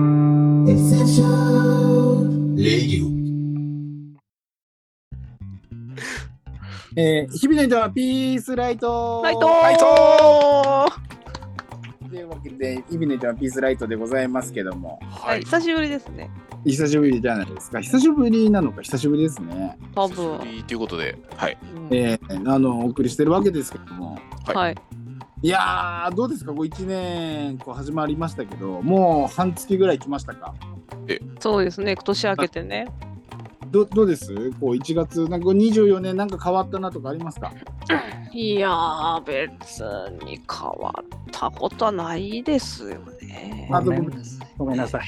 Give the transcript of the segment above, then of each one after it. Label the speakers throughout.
Speaker 1: エッセンシャルレディオ
Speaker 2: えー、日々の人はピースライト
Speaker 3: ライト
Speaker 2: は
Speaker 3: ラ
Speaker 2: い
Speaker 3: イト
Speaker 2: というわけで、日々の人はピースライトでございますけども、
Speaker 3: はい、久しぶりですね。
Speaker 2: 久しぶりじゃないですか。久しぶりなのか、久しぶりですね。
Speaker 3: 多分。
Speaker 4: 久しぶりということで、はい。
Speaker 3: うん
Speaker 2: えー、あの、お送りしてるわけですけども。
Speaker 4: はい
Speaker 3: はい。
Speaker 2: いやー、どうですか、こう1年、こう始まりましたけど、もう半月ぐらい来ましたか。
Speaker 3: そうですね。年明けてね。
Speaker 2: どどうですこう1月、なんかこう24年、なんか変わったなとかありますか
Speaker 3: いやー、別に変わったことはないですよね。
Speaker 2: あどう
Speaker 5: ごめ
Speaker 2: も
Speaker 5: んなさい。ごめんなさ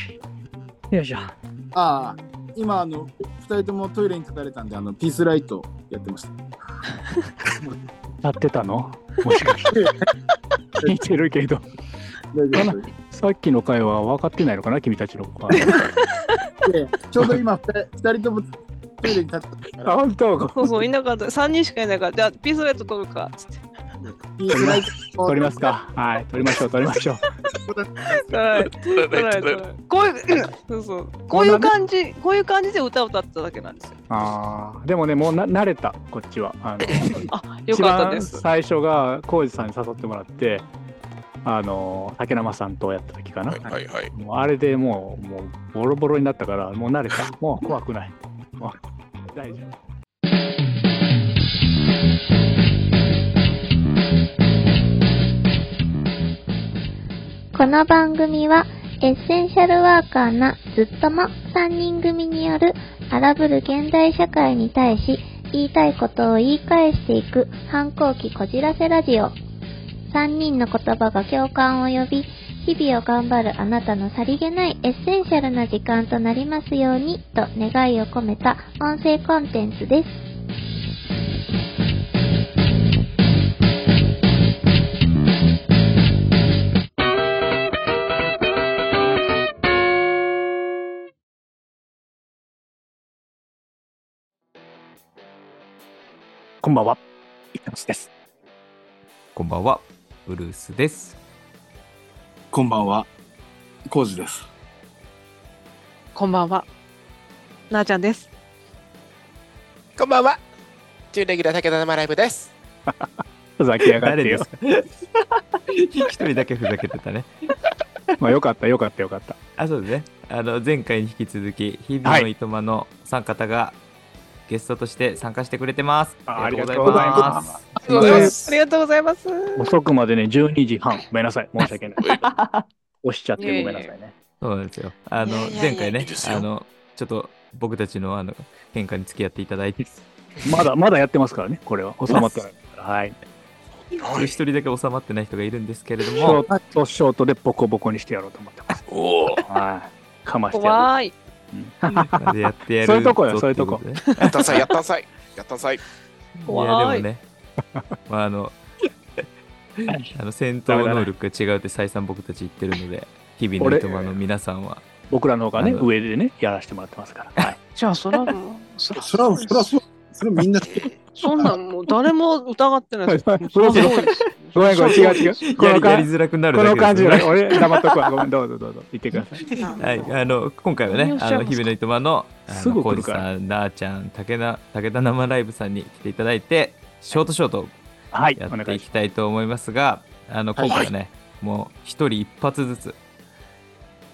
Speaker 5: い。よいしょ。
Speaker 2: ああ、今、あの、2人ともトイレに立たれたんで、あの、ピースライトやってました。
Speaker 5: なってたのもしかして。 聞いてるけど、
Speaker 2: 大丈夫です
Speaker 5: さっきの会話分かってないのかな、君たちの会
Speaker 2: でちょうど今2人ともトイレに立ってたか
Speaker 5: 話。あ
Speaker 2: ら、
Speaker 5: 本当は
Speaker 3: そうそう、いなかった。3人しかいないから、じゃあ、ピースライト取るか。 つって。
Speaker 2: ピースライト
Speaker 5: 取ります。か。はい、取りましょう、取りましょう。
Speaker 3: はい。取られ 取られこう いう、そうそう。こういう感じ、こういう感じで歌を歌ってただけなんですよ。
Speaker 5: ああ、でもね、もうな慣れた、こっちは。あ の
Speaker 3: あ、よかったで
Speaker 5: 一番
Speaker 3: す。
Speaker 5: 最初が浩二さんに誘ってもらって、あの竹生さんとやった時かな。
Speaker 4: はい、はい、はい。
Speaker 5: もうあれでもう、もうボロボロになったから、もう慣れた。もう怖くない。もう大丈夫。
Speaker 6: この番組はエッセンシャルワーカーなずっとも3人組による荒ぶる現代社会に対し言いたいことを言い返していく反抗期こじらせラジオ3人の言葉が共感を呼び日々を頑張るあなたのさりげないエッセンシャルな時間となりますようにと願いを込めた音声コンテンツです
Speaker 5: こんばんは。いたしです。
Speaker 7: こんばんは、ブルースです。
Speaker 2: こんばんは、コウジです。
Speaker 3: こんばんは。なあちゃんです。
Speaker 4: こんばんは。準レギュラー武田生ライブです。
Speaker 5: ふざけやがってよ。
Speaker 7: か 一人だけふざけてたね。
Speaker 5: まあよかったよかったよかった。
Speaker 7: あ、そうですね。あの、前回に引き続き、日々のいとまの参加方がゲストとして参加してくれてます。
Speaker 5: あ
Speaker 7: ま。
Speaker 5: ありがとうございます
Speaker 3: ありがとうございます。ありがとうございます。
Speaker 5: 遅くまでね、12時半。ごめんなさい。申し訳ない。押しちゃってごめんなさいね。
Speaker 7: そうなんですよ。あの、
Speaker 3: いやいやいや
Speaker 7: 前回
Speaker 4: い
Speaker 7: ね
Speaker 4: いで、すよ
Speaker 7: あの、ちょっと僕たちのあの、喧嘩に付き合っていただいて、
Speaker 5: まだまだやってますからね、これは。収まってないから。はい。
Speaker 4: は
Speaker 7: 一。人だけ収まってない人がいるんですけれど
Speaker 5: ショ
Speaker 7: も、
Speaker 5: ート、ショートでボコボコにしてやろうと思ってます。
Speaker 4: おお。
Speaker 5: はい。かましてや
Speaker 3: 怖い。
Speaker 7: までやってやる
Speaker 5: そういうとこよ
Speaker 7: ぞ
Speaker 5: そういうとこ
Speaker 7: ってで
Speaker 4: やったんさい、やったんさい。やったん さい。
Speaker 3: 怖い
Speaker 7: いや、でもね、 まああの、
Speaker 5: る。はい
Speaker 7: あの戦闘能力が違うって再三僕たち言ってるので、日々のいとまの皆さんは、
Speaker 5: 僕らの方がね、
Speaker 7: あの
Speaker 5: 上でね、やらせてもらってますから。はい。
Speaker 3: じゃあ、そらもう、そら
Speaker 2: そら、そら、そら、それみんな、
Speaker 3: そんなんもう誰も疑ってないです。
Speaker 5: はいそうそう
Speaker 3: そりゃそうですよ
Speaker 5: ごめんごめん、違う違う。こ
Speaker 7: や
Speaker 5: の
Speaker 7: りやり
Speaker 5: 感じ、
Speaker 7: づらくなる
Speaker 5: こ
Speaker 7: だ
Speaker 5: の感
Speaker 7: けで
Speaker 5: じ
Speaker 7: す
Speaker 5: じ
Speaker 7: よ
Speaker 5: ゃ ない
Speaker 7: ね。
Speaker 5: 俺、黙っとくわ。ごめん、どうぞどうぞ。言ってください。
Speaker 7: はい、あの今回はね
Speaker 3: 何を、し
Speaker 7: あ
Speaker 3: ちゃう
Speaker 7: の
Speaker 3: んですか
Speaker 7: 日々のいとまの、あ
Speaker 5: す
Speaker 7: の
Speaker 5: ぐ
Speaker 7: コ
Speaker 5: 来
Speaker 7: ウ
Speaker 5: る
Speaker 7: ジ
Speaker 5: から
Speaker 7: さん、なあちゃん、竹田武田生ライブさんに来ていただいて、ショートショート
Speaker 5: はい、
Speaker 7: や
Speaker 5: お
Speaker 7: って
Speaker 5: 願い
Speaker 7: い
Speaker 5: し
Speaker 7: きたいと思いますが、あの今回はね、もう一人一発ずつ、
Speaker 5: ます。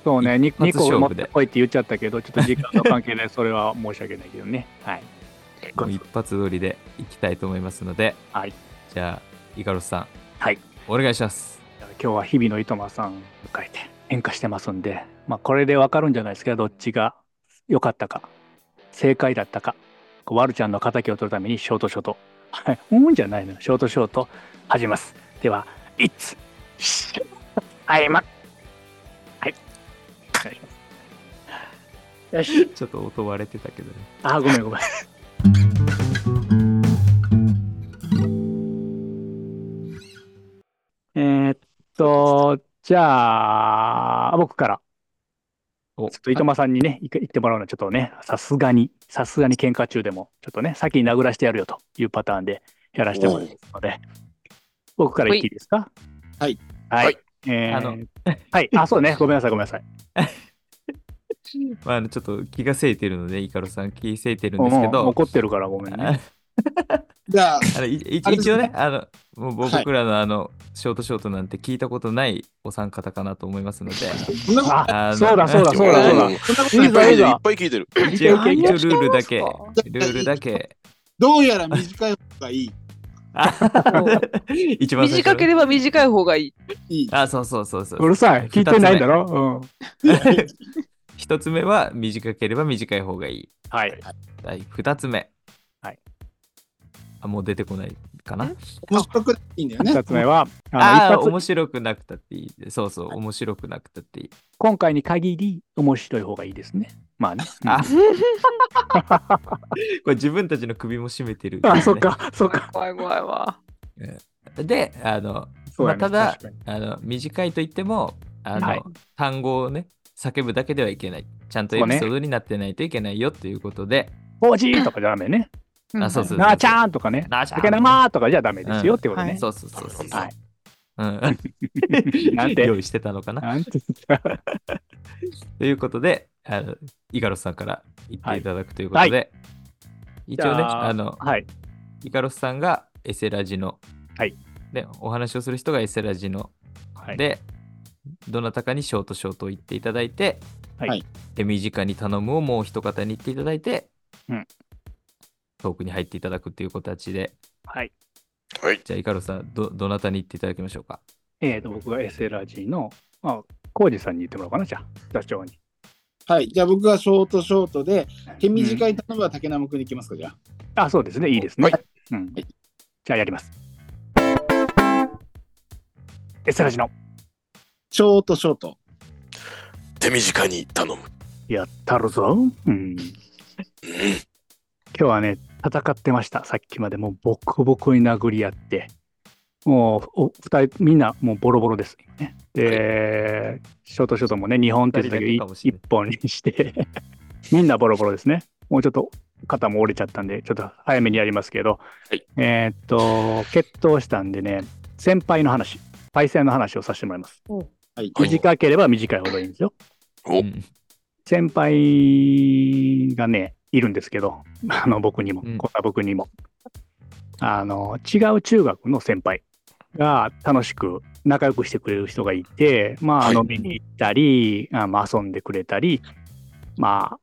Speaker 5: そうね、2,
Speaker 7: 一発勝
Speaker 5: 個
Speaker 7: 負
Speaker 5: 持っ
Speaker 7: で
Speaker 5: てこいって言っちゃったけど、ちょっと時間の関係で、それは申し訳ないけどね。はい。
Speaker 7: もう一発撮りでいきたいと思いますので、
Speaker 5: はい。
Speaker 7: じゃあ、イカロスさん、
Speaker 5: はい。
Speaker 7: お願いします。
Speaker 5: 今日は日々のいとまさんを迎えて変化してますんで、まあ、これでわかるんじゃないですかどっちが良かったか正解だったかこうワルちゃんの敵を取るためにショートショートはいうんじゃないのよショートショート始めますでは「イッツシュはいまはいお願いしますよし
Speaker 7: ちょっと音割れてたけどね。
Speaker 5: あーごめんごめんえーっとじゃあ僕から
Speaker 7: お
Speaker 5: ちょっと糸間さんにね、い言ってもらうのはちょっとね、さすがに、さすがに喧嘩中でも、ちょっとね、先に殴らしてやるよというパターンでやらせてもらいますので、僕から言っていいですか
Speaker 2: はい。
Speaker 5: はい。
Speaker 4: はい
Speaker 5: えー
Speaker 7: あの
Speaker 5: はい。あ、そうね。ごめんなさい、ごめんなさい。
Speaker 7: まああの、ちょっと気がせいてるので、イカロさん気せいてるん
Speaker 5: も
Speaker 7: ですけ
Speaker 5: う
Speaker 7: ど、
Speaker 5: 怒ってるからごめんね。
Speaker 2: じゃあ、
Speaker 7: あのいい
Speaker 2: あれです
Speaker 7: 一
Speaker 2: ね
Speaker 7: 応ね、あのもうぼ
Speaker 2: はい
Speaker 7: 僕らのあの、ショートショートなんて聞いたことないお三方かなと思 いますので、
Speaker 2: そんなこと
Speaker 5: あ、
Speaker 7: あの
Speaker 5: そうだそうだそうだそうだ。
Speaker 2: そんなこと
Speaker 5: い
Speaker 2: ないいぞ
Speaker 5: ぞいいぞ
Speaker 8: いっぱい聞いてる。
Speaker 7: 一応
Speaker 5: い
Speaker 7: 一
Speaker 5: や
Speaker 7: 応ルールだけ
Speaker 3: いや、
Speaker 7: ルールだけ、
Speaker 2: どうやら短い方がいい。
Speaker 7: 一番最初
Speaker 3: 短ければ短い方がいい。
Speaker 2: いい。
Speaker 7: あ、そうそうそうそう
Speaker 5: うるさい。聞いてないんだろ。うん。
Speaker 7: 一つ目は短ければ短い方がいい。
Speaker 5: はい。
Speaker 7: 第二つ目。
Speaker 5: はい。
Speaker 7: あ、もう出てこないかな。
Speaker 2: 面白くないいんだよね。
Speaker 5: 二つ目は、あ
Speaker 7: あ
Speaker 5: の
Speaker 7: あー、
Speaker 5: 一発
Speaker 7: 面白くなくたっていい。そうそう、面白くなくたっていい。
Speaker 5: 今回に限り面白い方がいいですね。まあね。うん
Speaker 7: あこれ自分たちの首も絞めてる、
Speaker 5: あ、そっ。か、そっか。
Speaker 3: 怖い怖いわ。
Speaker 7: で、あの、
Speaker 5: そうやね
Speaker 7: まあただ
Speaker 5: 確かに
Speaker 7: あの短いと言っても、あの、
Speaker 5: はい
Speaker 7: 単語をね、叫ぶだけではいけない。ちゃんとエ
Speaker 5: そうね
Speaker 7: ピソードになってないといけないよということで、
Speaker 5: ポジーとかじゃダメね。
Speaker 7: あ、そうそうそう。
Speaker 5: なあちゃんとかね。
Speaker 7: なあちゃん
Speaker 5: 竹生ーとかじゃダメですよってこと
Speaker 3: う
Speaker 5: ね
Speaker 3: ん。
Speaker 7: そうそうそうそう。
Speaker 5: はい。
Speaker 7: うん。
Speaker 5: なんて
Speaker 7: 用意してたのかな。
Speaker 5: なんて言った
Speaker 7: ということで、あのイカロスさんから言っていただくということで、
Speaker 5: は
Speaker 7: 一応
Speaker 5: じ
Speaker 7: ね、
Speaker 5: ゃ
Speaker 7: あの、
Speaker 5: はい。
Speaker 7: イカロスさんがエセラジの、
Speaker 5: はい
Speaker 7: で、お話をする人がエセラジの、
Speaker 5: はい
Speaker 7: で、どなたかにショートショートを言っていただいて、
Speaker 5: はい
Speaker 7: 手短に頼むをもう一方に言っていただいて、
Speaker 5: うん
Speaker 7: トークに入っていただくという形で、
Speaker 5: はい。
Speaker 8: はい。
Speaker 7: じゃあイカロスさん、ど、どなたに言っていただきましょうか。
Speaker 5: えっと、僕がエセラジの、まあ、コウジさんに言ってもらおうかな、じゃあ、社長に。
Speaker 2: はい。じゃあ僕はショートショートで、手短い頼むは竹生くんでいきますか、じゃあ。
Speaker 5: あ、そうですね。いいですね。
Speaker 2: は
Speaker 5: うん
Speaker 2: はい。
Speaker 5: じゃあやります。エスラジの、
Speaker 2: ショートショート。
Speaker 8: 手短に頼む。
Speaker 5: やったるぞ。うん。今日はね、戦ってました。さっきまでもうボコボコに殴り合って、もうお二人、みんなもうボロボロです。今ね、で、ショートショートもね、2本って言ってたけど、
Speaker 7: 二人だけ
Speaker 5: い
Speaker 7: かもしれ
Speaker 5: 一
Speaker 7: ない
Speaker 5: 本にして、 みんなボロボロですね。もうちょっと肩も折れちゃったんで、ちょっと早めにやりますけど、
Speaker 8: はい
Speaker 5: えーっと、決闘したんでね、先輩の話、パイセンの話をさせてもらいます。
Speaker 2: はい。
Speaker 8: はい
Speaker 5: 短ければ短いほどいいんですよ。
Speaker 8: お
Speaker 7: うん
Speaker 5: 先輩がね、いるんですけど、あの僕にも、
Speaker 7: うん
Speaker 5: こんな僕にも。あの、違う中学の先輩が楽しく仲良くしてくれる人がいて、まあ、
Speaker 8: はい
Speaker 5: 飲みに行ったり、あまあ、遊んでくれたり、ま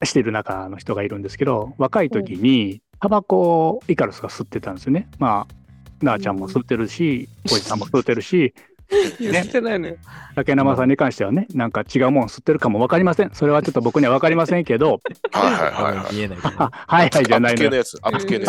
Speaker 5: あ、してる中の人がいるんですけど、若い時に、タバコをイカロスが吸ってたんですよね。まあ、なあちゃんも吸ってるし、こいつさんも吸ってるし、
Speaker 3: 言ってないのよ。
Speaker 5: 竹生さんに関してはね、なんか違うもの吸ってるかも分かりません。それはちょっと僕には分かりません けど、
Speaker 8: はいはいは
Speaker 7: あんま
Speaker 8: い。
Speaker 7: り見えないけど
Speaker 5: あはいはいじゃ
Speaker 8: ア
Speaker 5: な
Speaker 8: ッ
Speaker 5: い
Speaker 8: プ
Speaker 5: の
Speaker 8: 系の
Speaker 5: よ。
Speaker 8: やつ。アップ系の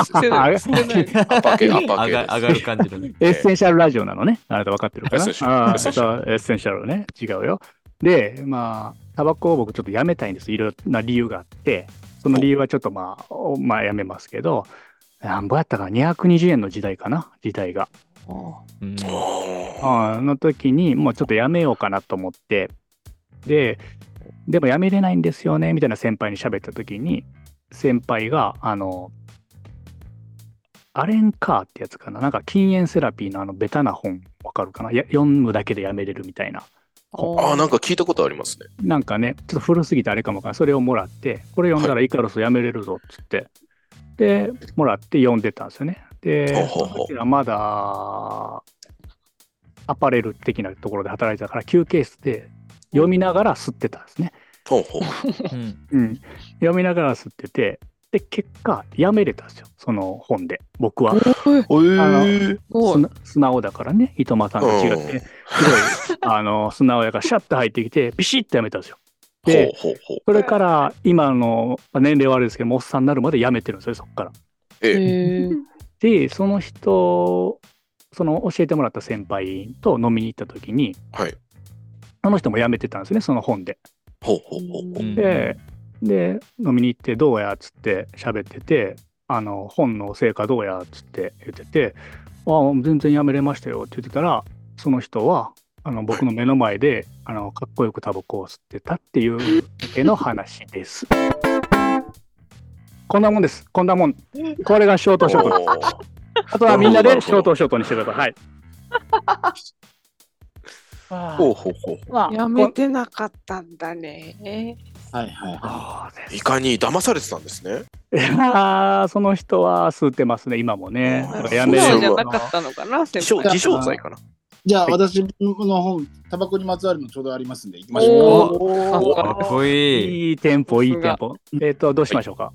Speaker 8: やつ
Speaker 3: 言
Speaker 8: で
Speaker 3: っ
Speaker 8: す
Speaker 3: て。ない。言ってない
Speaker 8: アッパー系、アッパー
Speaker 7: 上
Speaker 8: 系で
Speaker 7: が
Speaker 8: す。
Speaker 7: 上がる感じのね。
Speaker 5: エッセンシャルラジオなのね。あなた分かってるかな
Speaker 8: エッセンシャル
Speaker 5: あ
Speaker 8: エッセンシャ
Speaker 5: ーそうエッセンシャルね。違うよ。で、まあ、タバコを僕ちょっとやめたいんです。いろんな理由があって、その理由はちょっとまあ、おまあやめますけど、なんぼやったかな、220円の時代かな、時代が。
Speaker 7: うん
Speaker 8: おー
Speaker 5: あの時にもうちょっとやめようかなと思ってででもやめれないんですよねみたいな先輩に喋った時に先輩があのアレン・カーってやつかななんか禁煙セラピーのあのベタな本わかるかなや読むだけでやめれるみたいな
Speaker 8: あー、なんか聞いたことありますね。
Speaker 5: なんかねちょっと古すぎてあれかもわかんないそれをもらってこれ読んだらイカロスやめれるぞっつって、でもらって読んでたんですよね
Speaker 8: ほう
Speaker 5: で
Speaker 8: ほうほう
Speaker 5: 僕らまだアパレル的なところで働いてたから休憩室で読みながら吸ってたんですね、
Speaker 8: ほうほう。
Speaker 7: うん
Speaker 5: うん、読みながら吸っててで結果やめれたんですよその本で僕は
Speaker 8: お
Speaker 5: ー
Speaker 8: ー
Speaker 3: お
Speaker 5: 素
Speaker 3: い
Speaker 5: な素直だからね糸間さんと違ってすごい あの素直やからシャッと入ってきてビシッとやめたんですよで
Speaker 8: ほうほうほう。
Speaker 5: それから今のまあ年齢はあれですけどもおっさんになるまでやめてるんですよそこから。
Speaker 3: へー
Speaker 5: でその人その教えてもらった先輩と飲みに行った時に
Speaker 8: はい。
Speaker 5: あの人も辞めてたんですねその本で。
Speaker 8: ほうほうほうほ
Speaker 7: う
Speaker 8: う。
Speaker 7: ん
Speaker 5: でで飲みに行ってどうやっつって喋っててあの本の成果どうやっつって言ってて「あ全然やめれましたよ」って言ってたらその人はあの僕の目の前であのかっこよくタバコを吸ってたっていうだけの話です。こんなもんです。こんなもん。これがショートショートです。
Speaker 8: おー
Speaker 5: あとはみんなでショートをショートにしてください。はい。
Speaker 8: ほうほうほう。
Speaker 5: まあ
Speaker 3: やめてなかったんだね。
Speaker 2: はいはいはい。
Speaker 5: そうです
Speaker 8: いかに騙されてたんですね。
Speaker 5: いやーその人は吸ってますね、今もね
Speaker 8: あ。
Speaker 5: や
Speaker 3: 素
Speaker 5: め
Speaker 8: る
Speaker 3: 直
Speaker 5: よ
Speaker 3: じゃなかったのかな、先
Speaker 8: 自称
Speaker 3: 輩。
Speaker 8: 自称罪かな。
Speaker 2: じゃあ、
Speaker 5: はい
Speaker 2: 私の本、タバコにまつわるのちょうどありますんで、行きましょう
Speaker 3: お
Speaker 5: お
Speaker 7: かっこいい。
Speaker 5: いいテンポ、いいテン
Speaker 3: さ
Speaker 5: ポ。えっと、どうしましょうか。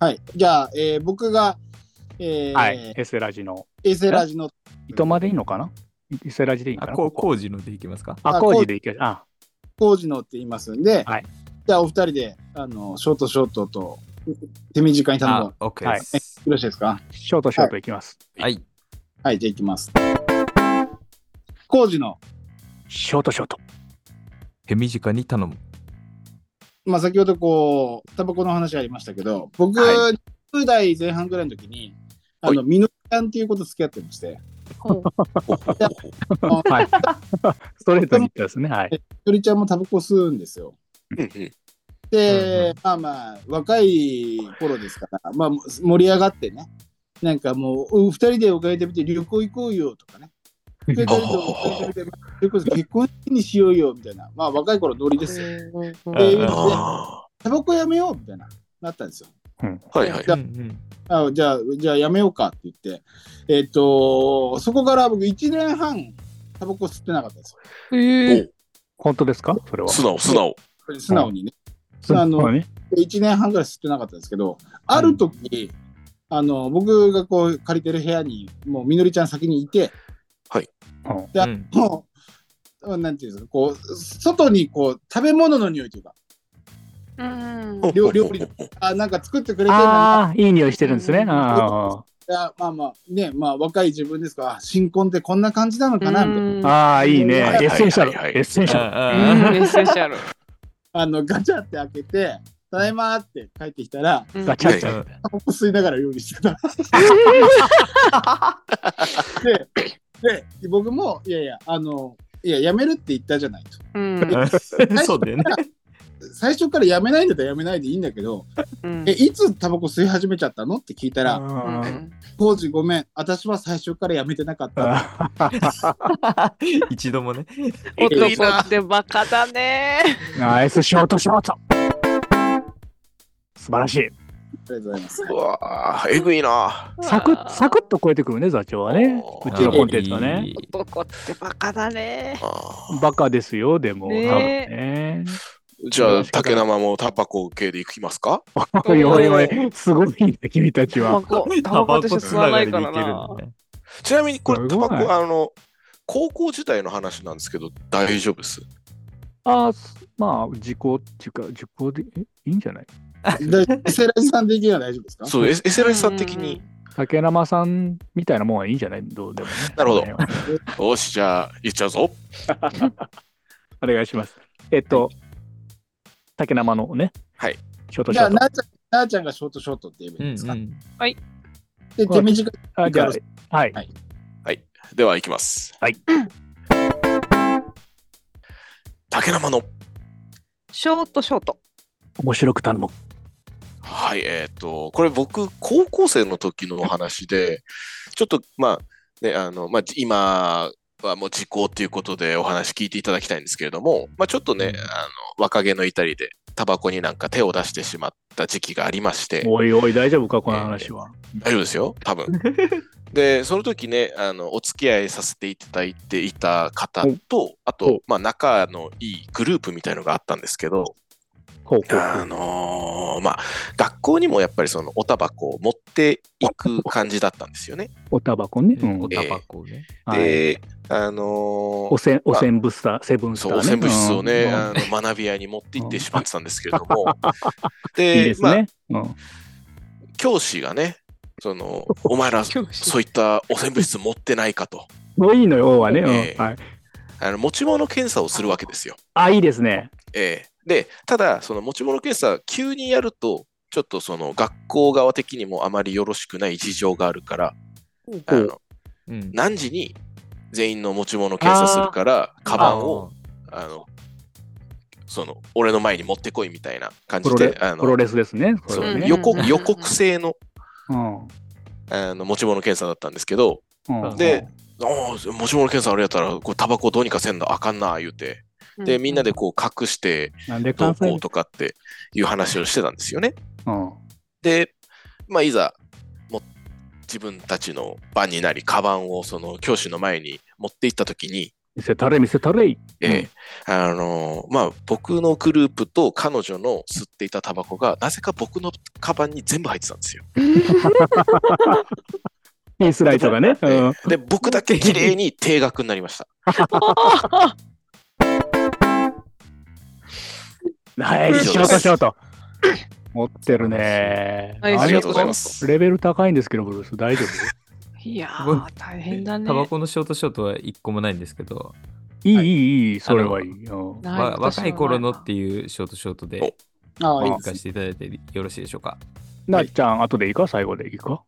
Speaker 2: か。はい。じゃあ、えー僕が、えー
Speaker 5: はい。エセラジの。
Speaker 2: 衛星ラジの、
Speaker 5: 糸までいいのかなエセラジでいいの
Speaker 7: あ、
Speaker 5: かな
Speaker 7: こう、
Speaker 5: ここ
Speaker 7: 工事のでいきますか。
Speaker 5: あ、
Speaker 2: あ
Speaker 5: 工事でいける。あ、
Speaker 2: 工事のって言いますんで、
Speaker 5: はい
Speaker 2: じゃあ、お二人で、あの、ショートショートと、手短に頼むの
Speaker 7: あ
Speaker 2: よ、
Speaker 7: OK です。
Speaker 2: ろしいですか
Speaker 5: ショートショートいきます。
Speaker 7: はい。
Speaker 2: はい、じゃあ行きます。工事の、
Speaker 5: ショートショート。
Speaker 7: 手短に頼む。
Speaker 2: まあ、先ほどこう、タバコの話ありましたけど、僕、
Speaker 8: は
Speaker 2: 10代前半ぐらいの時に、あの、みのりちゃんっていうこと付き合ってまして、
Speaker 8: ほうほうほうほう
Speaker 5: はい。ストレートにいったですね。はい。
Speaker 2: みのりちゃんもタバコ吸うんですよ。
Speaker 8: うんうん
Speaker 7: うんう
Speaker 2: で
Speaker 7: ん、
Speaker 2: まあまあ、若い頃ですから、まあ、盛り上がってね、なんかもう、お二人でお金食べて旅行行こうよとかね、二人でお金食べて、それこそ結婚式にしようよみたいな、まあ、若い頃ノリですよ。
Speaker 7: うん
Speaker 2: で、
Speaker 8: あ
Speaker 2: タバコやめようみたいな、なったんですよ。
Speaker 8: ーはいはい。
Speaker 7: うんうん
Speaker 2: あじゃあ、じゃあやめようかって言って、えっと、そこから僕1年半、タバコ吸ってなかったんです
Speaker 3: ええ。
Speaker 5: 本当ですかそれは。
Speaker 8: 素直素直。
Speaker 2: よ。素直にね。
Speaker 5: そう
Speaker 2: あの
Speaker 5: そうね
Speaker 2: 1年半ぐらい吸ってなかったんですけど、ある時、あの僕がこう借りてる部屋に、もうみのりちゃん先にいて、で
Speaker 7: う
Speaker 2: あ
Speaker 7: ん
Speaker 2: もう、なんていうんですか、こう、外にこう、食べ物の匂いというか、
Speaker 3: うん
Speaker 8: ほう
Speaker 2: 料
Speaker 8: ほう
Speaker 2: 料
Speaker 8: ほう
Speaker 2: 理
Speaker 8: ほ
Speaker 2: の
Speaker 8: う
Speaker 2: あなんか作ってくれてるのにな
Speaker 5: ああ、いい匂いしてるんですね。あ
Speaker 2: あまあまあ、ね、まあ若い自分ですから、あ新婚ってこんな感じなのかな、みたいな。
Speaker 5: ーあー、いい
Speaker 8: は
Speaker 5: ね。
Speaker 8: いはいはいはい
Speaker 5: エッセンシャル。エッセンシャル。
Speaker 7: あ
Speaker 3: エッセンシャル。
Speaker 2: あの、ガチャって開けて、ただいまーって帰ってきたら、
Speaker 5: ガチャガチ
Speaker 7: あ
Speaker 5: ャ。
Speaker 2: タバコ吸いながら料理してた。で、で、僕も、いやいや、あの、いや、やめるって言ったじゃないと。
Speaker 3: うん
Speaker 7: うん そうだよね。
Speaker 2: 最初からやめないんだったらやめないでいいんだけど、
Speaker 3: うん
Speaker 2: え、いつタバコ吸い始めちゃったのって聞いたら、
Speaker 5: うん
Speaker 2: 当時ごめん、私は最初からやめてなかった。
Speaker 7: 一度もね。
Speaker 3: 男ってバカだね。
Speaker 5: ナイスショートショート。素晴らしい。
Speaker 2: ありがとうございます。
Speaker 8: うわーえぐいな。
Speaker 5: サクッ、サクッと超えてくるね、座長はね。
Speaker 8: あ
Speaker 5: う
Speaker 8: ー
Speaker 5: ちのコンテンツはね。。
Speaker 3: 男ってバカだね。
Speaker 8: あー
Speaker 5: バカですよ、でも。
Speaker 3: ねえ
Speaker 5: 多分ね
Speaker 8: じゃあ竹生もタバコ系でいきますか。
Speaker 5: おいおいおい、すごいね、君たち
Speaker 3: タバ
Speaker 5: は。
Speaker 3: コ、タバコ私は吸わないからな。
Speaker 8: ちなみにこれ
Speaker 5: す
Speaker 8: タ
Speaker 5: ご
Speaker 8: バ
Speaker 5: い
Speaker 8: コあの高校時代の話なんですけど大丈夫です。
Speaker 5: あーすまあ、時効っていうか、時効で、え、いいんじゃない
Speaker 2: でセラジさん的には大丈夫ですか
Speaker 8: そうエエセラジさん的に。
Speaker 5: 竹生さんみたいなもんはいいんじゃないどうでもね。
Speaker 8: なるほど
Speaker 5: その辺は
Speaker 8: よしじゃあ行っちゃうぞ。
Speaker 5: お願いします。えっと、竹生のね、
Speaker 8: はい。
Speaker 5: ショート
Speaker 2: じ
Speaker 5: シ
Speaker 2: ゃ
Speaker 5: ョ
Speaker 2: あ
Speaker 5: ー
Speaker 2: な
Speaker 5: ト。
Speaker 2: ーちゃん、なーちゃんがショートショートって言えばい
Speaker 7: う
Speaker 2: いん
Speaker 7: ん
Speaker 2: です
Speaker 7: う
Speaker 2: か、
Speaker 7: ん。
Speaker 2: で、手短い
Speaker 5: あじゃあ、はい。
Speaker 8: では行きます。
Speaker 5: はい。
Speaker 8: 竹生の
Speaker 3: ショートショート。
Speaker 5: 面白く頼む。
Speaker 8: はい、えっ、と、これ僕、高校生の時のお話で、 ちょっと、まあ、ね、あの、まあ、じ今はもう時効っていうことでお話聞いていただきたいんですけれども、まあ、ちょっとね、あの、若気の至りで、タバコになんか手を出してしまった時期がありまして、
Speaker 5: おいおい、大丈夫か、この話は。
Speaker 8: 大丈夫ですよ、多分。で、その時ね、あの、お付き合いさせていただいていた方と、あ
Speaker 5: ほ
Speaker 8: と
Speaker 5: う、
Speaker 8: まあ、仲のいいグループみたいのがあったんですけど、
Speaker 5: ほうほうほ
Speaker 8: あ
Speaker 5: う。
Speaker 8: のーまあ学校にもやっぱりそのおタバコを持っていく感じだったんですよね。
Speaker 5: おタバコね。う
Speaker 7: うんんおタバコね。
Speaker 5: はい
Speaker 8: で、あの
Speaker 5: お
Speaker 8: ー
Speaker 5: せん、おせんぶスター、セブンスタ
Speaker 8: そう
Speaker 5: ー
Speaker 8: 汚
Speaker 5: ね。
Speaker 8: 染物質をね、
Speaker 5: うん
Speaker 8: あの学び屋に持って行ってしまってたんですけれども、
Speaker 5: いい
Speaker 8: で
Speaker 5: です
Speaker 8: まあ、
Speaker 5: ね。うん
Speaker 8: 教師がね、そ のお前らそういった汚染物質持ってないかと
Speaker 5: もういいのよ、王はね。
Speaker 8: え
Speaker 5: う
Speaker 8: え
Speaker 5: んはい
Speaker 8: あの持ち物検査をするわけですよ。
Speaker 5: あ、いいですね。
Speaker 8: ええでただその持ち物検査急にやるとちょっとその学校側的にもあまりよろしくない事情があるから、あの
Speaker 7: うん。
Speaker 8: 何時に全員の持ち物検査するから、カバンを、あの、その、俺の前に持ってこいみたいな感
Speaker 5: プ
Speaker 8: じ
Speaker 5: ロレ
Speaker 8: で、あ
Speaker 5: プロ
Speaker 8: の、
Speaker 5: レスですね。こ
Speaker 8: そ
Speaker 5: れは
Speaker 8: う
Speaker 5: ね
Speaker 8: 予
Speaker 3: うん
Speaker 8: 告
Speaker 3: うん
Speaker 8: 予告制の
Speaker 5: うん
Speaker 8: あの持ち物検査だったんですけど、
Speaker 5: うん
Speaker 8: で、おー持ち物検査あれやったら、これタバコどうにかせんのあかんな、言うて、で、みんなでこう隠して
Speaker 5: なんで
Speaker 8: ど
Speaker 5: 関
Speaker 8: うこ
Speaker 5: 西
Speaker 8: うとかっていう話をしてたんですよね。
Speaker 5: うん。
Speaker 8: で、まあ、いざも自分たちの番になり、カバンをその教師の前に持って行った時に、
Speaker 5: 見せたれ、見せたれい。
Speaker 8: えーあのーまあ、僕のグループと彼女の吸っていたタバコがなぜか僕のカバンに全部入ってたんですよ。
Speaker 5: ピースライトがね。
Speaker 8: え
Speaker 5: うん
Speaker 8: ーで僕だけ綺麗に定額になりました。
Speaker 5: ナイスショートショート。持ってるね。
Speaker 3: ナイス
Speaker 8: ありがとうございます
Speaker 5: レベル高いんですけど、ブルース、大丈夫
Speaker 3: いや
Speaker 7: すごい
Speaker 3: ー、大変だね
Speaker 7: タ。バコのショートショートは一個もないんですけど、
Speaker 5: いい、
Speaker 7: はい
Speaker 5: い、いい、それはいい。うん
Speaker 3: ない
Speaker 7: わ若い頃のっ
Speaker 3: 私は
Speaker 7: ていうショートショートで
Speaker 2: ああ、いい
Speaker 7: 行
Speaker 2: です
Speaker 7: か
Speaker 2: ね。
Speaker 7: せていただいてよろしいでしょうか。
Speaker 5: なっちゃん、後でいいか最後でいいか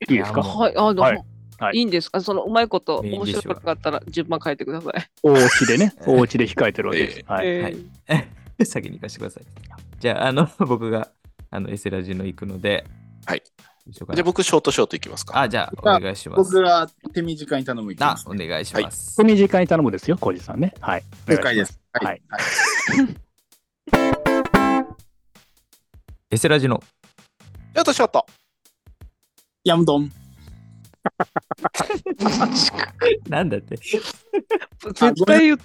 Speaker 5: いいです
Speaker 7: いや
Speaker 5: か
Speaker 7: も
Speaker 3: はい、あの、
Speaker 5: はいいはい
Speaker 3: い、いんですかそのうまいこと、
Speaker 7: メイン
Speaker 3: 面
Speaker 7: ディッシュ
Speaker 3: 白
Speaker 7: は
Speaker 3: かったら順番変えてください。
Speaker 5: お家で ね、お家で控えてるわけです。はい。
Speaker 3: えー
Speaker 7: はい先に行かせてください。じゃあ、あの、僕があのエセラジの行くので、
Speaker 8: はい。
Speaker 7: どうしようかな
Speaker 8: じゃあ僕、ショートショートいきますか。
Speaker 7: あ、じゃあ、お願いします
Speaker 2: 僕。は手短に頼むいき
Speaker 7: あ
Speaker 2: ま、す。
Speaker 7: お願いします。
Speaker 5: ここに時間に頼むですよ、小路さんね。はい。。
Speaker 2: 了解ですす。はい。はい
Speaker 7: エセラジの
Speaker 8: ショートショート。
Speaker 2: ヤムドン。
Speaker 7: なんだって。
Speaker 3: 絶対言っ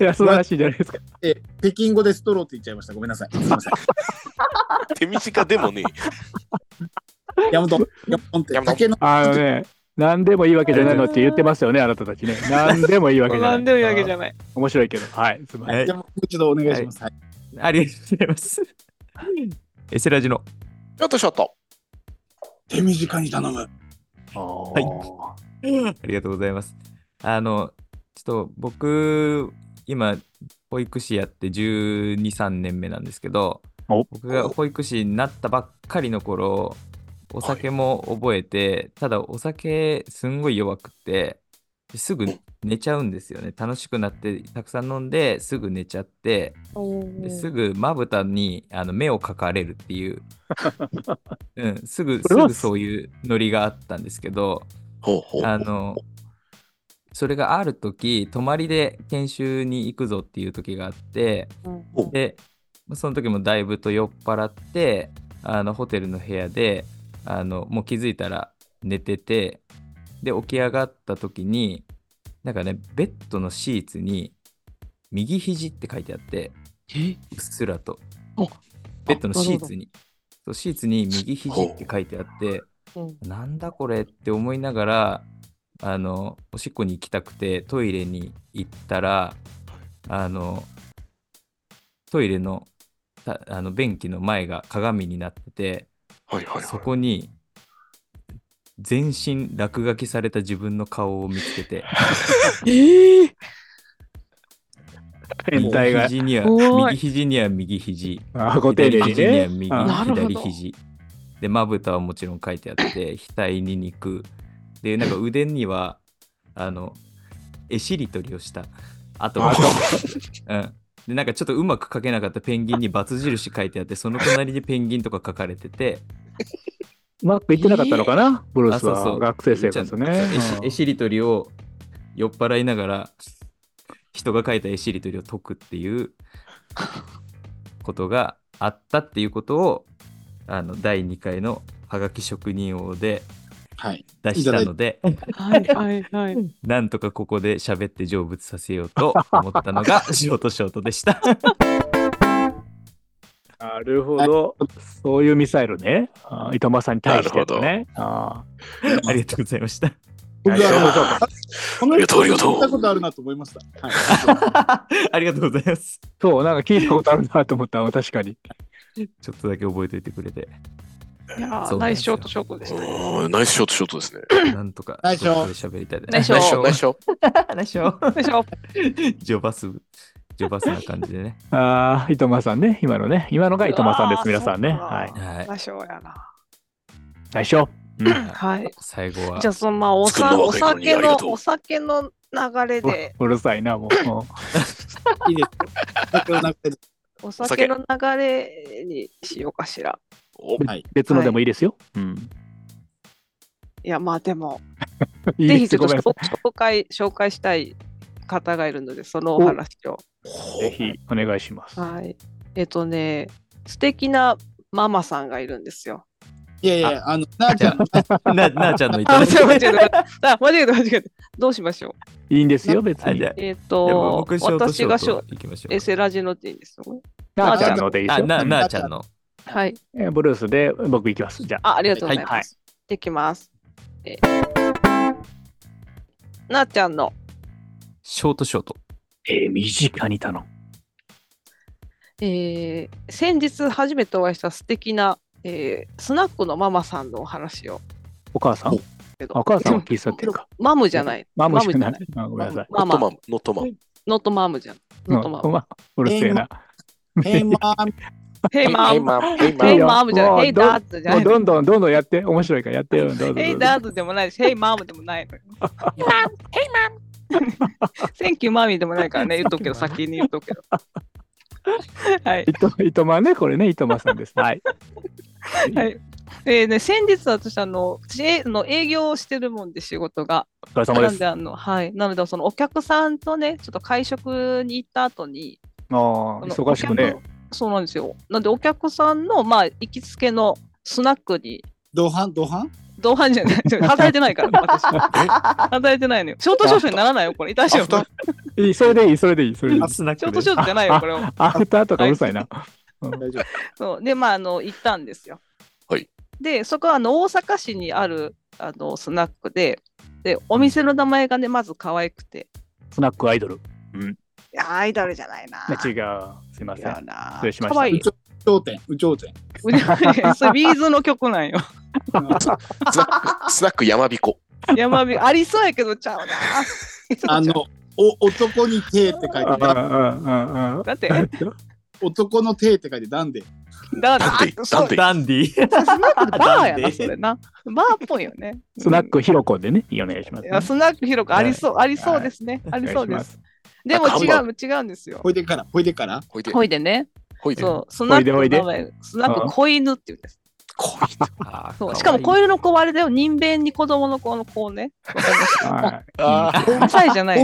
Speaker 5: いや、素晴らしいじゃないですか。
Speaker 2: え、北京語でストローって言っちゃいました。ごめんな さい。すみません。
Speaker 8: 手短でもね、
Speaker 2: ヤムドン。ヤムドンって
Speaker 8: ヤムドン
Speaker 2: 酒の
Speaker 5: あのね、何でもいいわけじゃないのって言ってますよね、あなたたちね。何でもいいわけじゃな
Speaker 3: 何
Speaker 5: い。
Speaker 3: でもいいわけじゃない。
Speaker 5: 面白いけど。はい。すみません。
Speaker 7: はい
Speaker 2: じゃあもう一度お願いします。はい。
Speaker 7: ありがとうございます。エセラジの
Speaker 8: ショートショート。
Speaker 2: 手短に頼む。
Speaker 5: は
Speaker 7: ありがとうございます。あの、ちょっと僕、今、保育士やって12、3年目なんですけど、
Speaker 5: お
Speaker 7: 僕が保育士になったばっかりの頃、お酒も覚えて、ただお酒すんごい弱くて、すぐ寝ちゃうんですよね。楽しくなって、たくさん飲んで、すぐ寝ちゃって、ですぐまぶたにあの目を描かれるっていう、うん、すぐ、
Speaker 5: こ
Speaker 7: す
Speaker 5: れは
Speaker 7: ぐそういうノリがあったんですけど、
Speaker 8: ほうほう。
Speaker 7: あの、それがある時、泊まりで研修に行くぞっていう時があって、
Speaker 8: お
Speaker 7: で、その時もだいぶと酔っ払って、あの、ホテルの部屋で、あの、もう気づいたら寝てて、で、起き上がった時に、なんかね、ベッドのシーツに、右肘って書いてあって、うっすらと。ベッドのシーツに。そうシーツに右肘って書いてあって、
Speaker 3: うん
Speaker 7: なんだこれって思いながら、あの、おしっこに行きたくてトイレに行ったら、あの、トイレの、たあの、便器の前が鏡になってて、
Speaker 8: はいはい
Speaker 7: そ
Speaker 8: は
Speaker 7: こに、全身落書きされた自分の顔を見つけて、
Speaker 5: い。変態が
Speaker 7: 右。肘には、
Speaker 3: 怖い
Speaker 7: 右肘には右肘。
Speaker 5: あ、ご丁寧に
Speaker 7: 左
Speaker 5: ね。
Speaker 7: 肘に
Speaker 5: あ
Speaker 3: な
Speaker 7: は
Speaker 3: る
Speaker 7: 右
Speaker 3: ほど
Speaker 7: 左肘でまぶたはもちろん書いて あって額に肉でなんか腕にはあの絵しりとりをした跡があと、うん、でなんかちょっとうまく書けなかったペンギンにバツ印書いてあってその隣にペンギンとか書かれてて
Speaker 5: うまくいってなかったのかな、ブルー
Speaker 7: あ
Speaker 5: ス
Speaker 7: そうそ
Speaker 5: は。
Speaker 7: う
Speaker 5: 学生生活ね。
Speaker 7: 絵し絵しりとりを酔っ払いながら人が書いた絵しりとりを解くっていうことがあったっていうことをあの第2回のはがき職人王で
Speaker 2: はい。
Speaker 7: 出したので
Speaker 3: はいはいはい。
Speaker 7: なんとかここで喋って成仏させようと思ったの がショートショートでした。
Speaker 5: なるほど。そういうミサイルね。あー糸間さんに対してのね。あ
Speaker 7: ありがとうございました。
Speaker 2: 僕
Speaker 5: はい
Speaker 2: はもう、この
Speaker 8: ありがとうありがとう
Speaker 2: 聞いたことあるなと思いました。はい。
Speaker 7: ありがとうございます。
Speaker 5: ーそう、なんか聞いたことあるなと思ったわ確かに。
Speaker 7: ちょっとだけ覚えておいてくれて、
Speaker 3: いや
Speaker 7: そ
Speaker 3: ー、
Speaker 7: うなん
Speaker 3: ナ
Speaker 7: で
Speaker 3: イ
Speaker 7: す
Speaker 3: ス
Speaker 7: よ
Speaker 3: ショートショートでした。
Speaker 8: い。うんナイスショートショートですね。
Speaker 7: なんとか
Speaker 2: 内緒
Speaker 7: ここで喋りたいで
Speaker 3: 内緒
Speaker 8: ナイスショート。ナイスショート
Speaker 7: 内緒
Speaker 3: ナイスショート
Speaker 7: ジョバス、ジョバスな感じでね。
Speaker 5: ああ、糸間さんね。今のね。今のが糸間さんです、皆さんね。
Speaker 3: うわー
Speaker 5: はい。
Speaker 7: はい。
Speaker 3: ナイスショートやな。
Speaker 5: 最初。
Speaker 3: はい。
Speaker 7: 最後は
Speaker 3: じゃあ、そのまあ、お
Speaker 8: 作る
Speaker 3: さ
Speaker 8: の
Speaker 3: お
Speaker 8: 若い頃に
Speaker 3: 酒
Speaker 8: ありが
Speaker 3: の
Speaker 8: とう、
Speaker 3: お酒の流れで、
Speaker 5: うるさいな、もう。も
Speaker 2: いいです。酒を流せる
Speaker 3: お酒の流れにしようかしら。
Speaker 8: お
Speaker 5: う
Speaker 2: はい
Speaker 5: 別のでもいいですよ。 うん。
Speaker 3: いや、まあでも、
Speaker 5: いい
Speaker 3: ぜ
Speaker 5: で
Speaker 3: ひ
Speaker 5: す
Speaker 3: ちょっ
Speaker 5: ご
Speaker 3: と
Speaker 5: めんなさい。
Speaker 3: 紹介、紹介したい方がいるので、そのお話を。
Speaker 5: ぜひお願いします。
Speaker 3: はい。えっとね、素敵なママさんがいるんですよ。
Speaker 2: いやいや、あの、なあち ゃん、
Speaker 7: な、なあちゃんの言った
Speaker 3: あ、
Speaker 7: こ
Speaker 3: 間
Speaker 7: と
Speaker 3: 違えた。あ、間違えた、間違えた。どうしましょう。
Speaker 5: いいんですよ、別
Speaker 7: あ
Speaker 5: に
Speaker 7: じゃ。あ
Speaker 3: えっ
Speaker 7: じゃあ
Speaker 3: と
Speaker 7: 僕、ショート
Speaker 3: 私
Speaker 7: ショ
Speaker 3: が
Speaker 7: ー
Speaker 3: ショ
Speaker 7: ト行きましょ。
Speaker 3: エセラジのっていいんですよね。
Speaker 5: なあちゃんのでいいうです
Speaker 7: あ、
Speaker 5: よ。
Speaker 7: な、なあちゃんの。
Speaker 3: はい。
Speaker 5: えーブルースで僕行きます。じゃあ。
Speaker 3: あ、ありがとうございます。
Speaker 5: はい
Speaker 3: できます。えーなあちゃんの、
Speaker 7: ショートショート。
Speaker 5: えー、身近に頼む。
Speaker 3: えー先日初めてお会いした素敵な、えースナックのママさんのお話を。
Speaker 5: お母さん
Speaker 3: けど
Speaker 5: あお母さんは喫茶店か。
Speaker 3: マムじゃない。
Speaker 5: マムしか
Speaker 3: マ
Speaker 5: な
Speaker 3: ム
Speaker 5: い。あごめんなさい。
Speaker 3: マ
Speaker 8: ノットマ
Speaker 3: マ。
Speaker 8: ン、ノットマン。
Speaker 3: ノットマムじゃん。
Speaker 5: う
Speaker 3: ノットマム。
Speaker 5: んまうるせえな。
Speaker 2: へいまー
Speaker 3: ヘイマ
Speaker 8: ヘイ
Speaker 3: ム。
Speaker 8: マン、ヘイマ
Speaker 3: ヘイ
Speaker 8: ン。
Speaker 3: マムじゃ
Speaker 5: もう
Speaker 3: ない。ヘイダーツじゃ
Speaker 5: も
Speaker 3: な
Speaker 5: う
Speaker 3: い。
Speaker 5: どんどんどんどんやって、面白いからやってよ。どうぞどうぞ。
Speaker 3: ヘイダーツでもないし、ヘイマムでもないのよ。ヘイマムヘイマムセンキューマミーでもないからね、言っとくけど、先に言っとく けど。はい。
Speaker 5: いと、いとまね、これね、いとまさんです。はい。
Speaker 3: えーね、先日私あの私えの営業をしてるもんで仕事が
Speaker 5: お疲れ様
Speaker 3: な
Speaker 5: で
Speaker 3: ん
Speaker 5: す。
Speaker 3: で
Speaker 5: あ
Speaker 3: あのはいなのでそのお客さんとねちょっと会食に行った後に
Speaker 5: あー、
Speaker 3: あの
Speaker 5: 忙しくね
Speaker 3: お。客そうなんですよなんでお客さんのまあ行きつけのスナックに
Speaker 2: 同伴同伴
Speaker 3: 同伴じ ゃないちょ働いてないから私働いてないのよショートショートにならないよこれ大丈
Speaker 8: アフタ
Speaker 3: 夫
Speaker 8: ー
Speaker 3: シ
Speaker 5: いい、それでいい、それでいい、それでいい。
Speaker 7: スナッ
Speaker 3: ョートショートじゃないよこれを
Speaker 5: アフターとかうるさいな。
Speaker 2: 大丈夫。
Speaker 3: そうでまああの行ったんですよ。
Speaker 8: はい、
Speaker 3: でそこはあの大阪市にあるあのスナックででお店の名前がねまず可愛くて
Speaker 5: スナックアイドル。
Speaker 3: いやアイドルじゃないな。
Speaker 5: ね違う。すいま
Speaker 3: い
Speaker 5: せん
Speaker 3: や。な
Speaker 5: 失礼しました
Speaker 3: 可愛い。
Speaker 2: 頂点、有頂点。
Speaker 3: うね それビーズの曲 なんよ。
Speaker 8: スナック、スナック山彦。
Speaker 3: 山火ありそうやけどち ゃうな。
Speaker 2: あの、お男に手って書いて、だ
Speaker 5: あ
Speaker 3: だって
Speaker 2: 男の手って書いて、なんで。
Speaker 3: だ
Speaker 8: ダンディ、ダンディ。
Speaker 7: ダンディ。
Speaker 3: スナックってバーやなそれな。バーっぽいよね。
Speaker 5: スナックひろこでね、お願いします
Speaker 3: いやスナック広くありそうありそうですね。あ
Speaker 5: お願い
Speaker 3: り
Speaker 5: し
Speaker 3: そうで。。
Speaker 5: ます
Speaker 3: でも
Speaker 8: なん
Speaker 3: 違
Speaker 8: かハン
Speaker 3: う違うんですよ。
Speaker 2: ほいでから、ほいでから。
Speaker 8: ほいで、
Speaker 3: ほいでね。
Speaker 8: ほいで。
Speaker 3: そう、スナック
Speaker 5: おいで
Speaker 3: の
Speaker 5: お
Speaker 3: 名前、スナック子犬っていうんです。
Speaker 8: こい
Speaker 7: あー
Speaker 3: そう
Speaker 7: わいい
Speaker 3: しかも子犬の子はあれだよ、人弁に子供の子の子ね。
Speaker 5: は
Speaker 8: あー
Speaker 3: 5歳じゃない。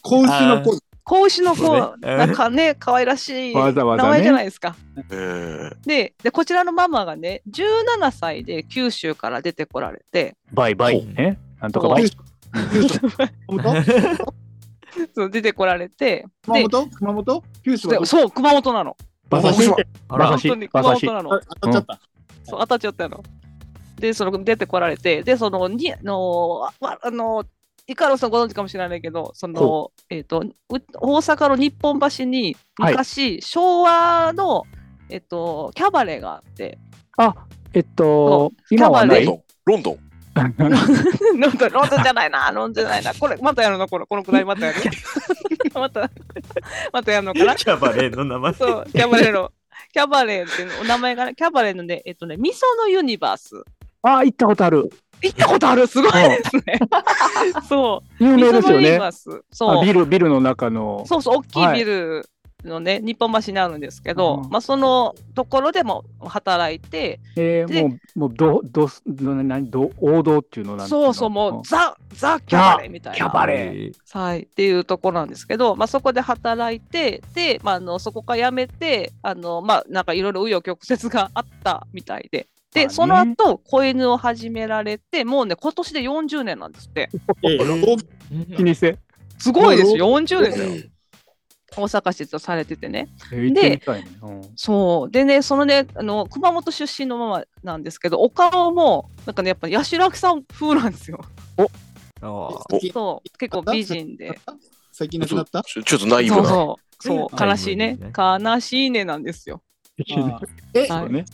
Speaker 2: 子牛の子。
Speaker 3: 子牛の
Speaker 7: そう
Speaker 3: 子、
Speaker 7: ねうん
Speaker 3: なんかね、可愛らしい名
Speaker 5: わざわざね
Speaker 3: 前じゃないですか。
Speaker 8: えー
Speaker 3: でで、こちらのママがね、17歳で九州から出てこられて、
Speaker 5: い。バイバイ。ね。なんとかバイ。
Speaker 2: 熊本
Speaker 3: そう出てこられて、
Speaker 2: 熊本熊本九州は
Speaker 3: でそう、熊本なの。
Speaker 5: 馬刺し。
Speaker 7: あ
Speaker 5: 馬刺
Speaker 7: ら
Speaker 3: 本
Speaker 5: し
Speaker 3: 当に。熊
Speaker 5: 馬刺し
Speaker 3: 本。なの。
Speaker 2: 当たっちゃっ
Speaker 3: そう当たっちゃったの。で、その出てこられて、で、その、にあのーわあのー、イカロスさんご存知かもしれないけど、その
Speaker 5: ほ、
Speaker 3: えっ、と、う大阪の日本橋に、
Speaker 5: はい
Speaker 3: 昔、昭和の、えっ、と、キャバレーがあって、
Speaker 5: あ、えっと
Speaker 3: そ、
Speaker 5: 今はな
Speaker 8: ロン
Speaker 5: い
Speaker 8: ド。ン、ロンドン。
Speaker 3: ロンドン、ロンドンじゃないな、ロンドンじゃないな、これ、またやるの、これ、このくだりまたやる。 また、 またやるのかな。
Speaker 7: キャバレーの名前。
Speaker 3: そう、キャバレーの、キャバレーっていうの、お名前がね、キャバレーのね、えっ、とね、味噌のユニバース。
Speaker 5: あ、行ったことある。
Speaker 3: 行ったことある、すごいですね。そう。
Speaker 5: 有名です
Speaker 3: 水
Speaker 5: よ
Speaker 3: のユニ
Speaker 5: ね。
Speaker 3: バース
Speaker 5: あ
Speaker 3: そう
Speaker 5: ビル、ビルの中の。
Speaker 3: そうそう、大き
Speaker 5: はい
Speaker 3: いビルのね、日本橋にあるんですけど、
Speaker 5: うん
Speaker 3: まあ、そのところでも働いて、
Speaker 5: えー、
Speaker 3: で
Speaker 5: もう、もう、ど、ど、ど、なに、ど、王道っていうのなんてい
Speaker 3: そうそう、もうザ・ザ・キャバレーみたいな。
Speaker 5: キャバレ
Speaker 7: ー。
Speaker 3: はい、っていうところなんですけど、まあ、そこで働いて、で、まあ、あのそこから辞めて、あのまあ、なんかいろいろ紆余曲折があったみたいで。で、
Speaker 5: まあね
Speaker 3: その後、子犬を始められて、もうね、今年で40年なんですって。
Speaker 2: た。ええ、大き
Speaker 5: う。気にせ。
Speaker 3: すごいですよ、40年だよ。
Speaker 8: え
Speaker 3: 大阪市とされててね。
Speaker 5: えー行ってみたいね。うん
Speaker 3: そうでねそのねあの熊本出身のママなんですけどお顔もなんかねやっぱ八代亜紀さん風なんですよ
Speaker 7: あ
Speaker 8: お
Speaker 2: い
Speaker 3: そう結構美人で
Speaker 2: 最近亡くなった
Speaker 8: ちょちょっとナイー
Speaker 3: そ
Speaker 8: ブ
Speaker 3: う
Speaker 8: な。
Speaker 3: そうそう
Speaker 7: はい
Speaker 3: 悲しいね悲しいねなんですよ
Speaker 2: あーえ、
Speaker 3: はい
Speaker 5: そうね。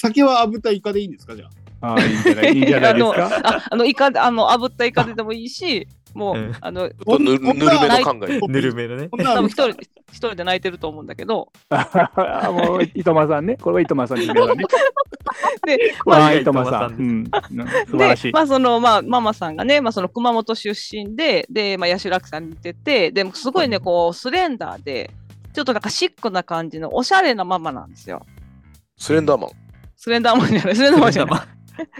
Speaker 2: 酒は炙ったイカでいいんですかじゃあ。
Speaker 5: あー、いいんじゃない、いいんじゃないで すか。
Speaker 3: ああのイカであの炙ったイカででもいいしもう、
Speaker 7: うん
Speaker 3: あの
Speaker 8: ちょっとぬるぬるめの考え。
Speaker 7: あ。ぬるめのね。
Speaker 2: こんなの
Speaker 3: 多分一人一人で泣いてると思うんだけど
Speaker 5: あもう、いとまさんね、これはいとまさんですね。
Speaker 3: で
Speaker 5: あ
Speaker 7: ま
Speaker 5: あ
Speaker 7: あ
Speaker 5: ー、いとまさん。うん、素晴らし
Speaker 3: で
Speaker 5: い。
Speaker 3: まあそのまあママさんがね、まあ、その熊本出身でで、まあ、八代亜紀さんに似ててですごいねこうスレンダーでちょっとなんかシックな感じのおしゃれなママなんですよ。
Speaker 8: スレンダーマン。
Speaker 3: スレンダーマンじゃない、スレンダーマンじゃない。
Speaker 7: ま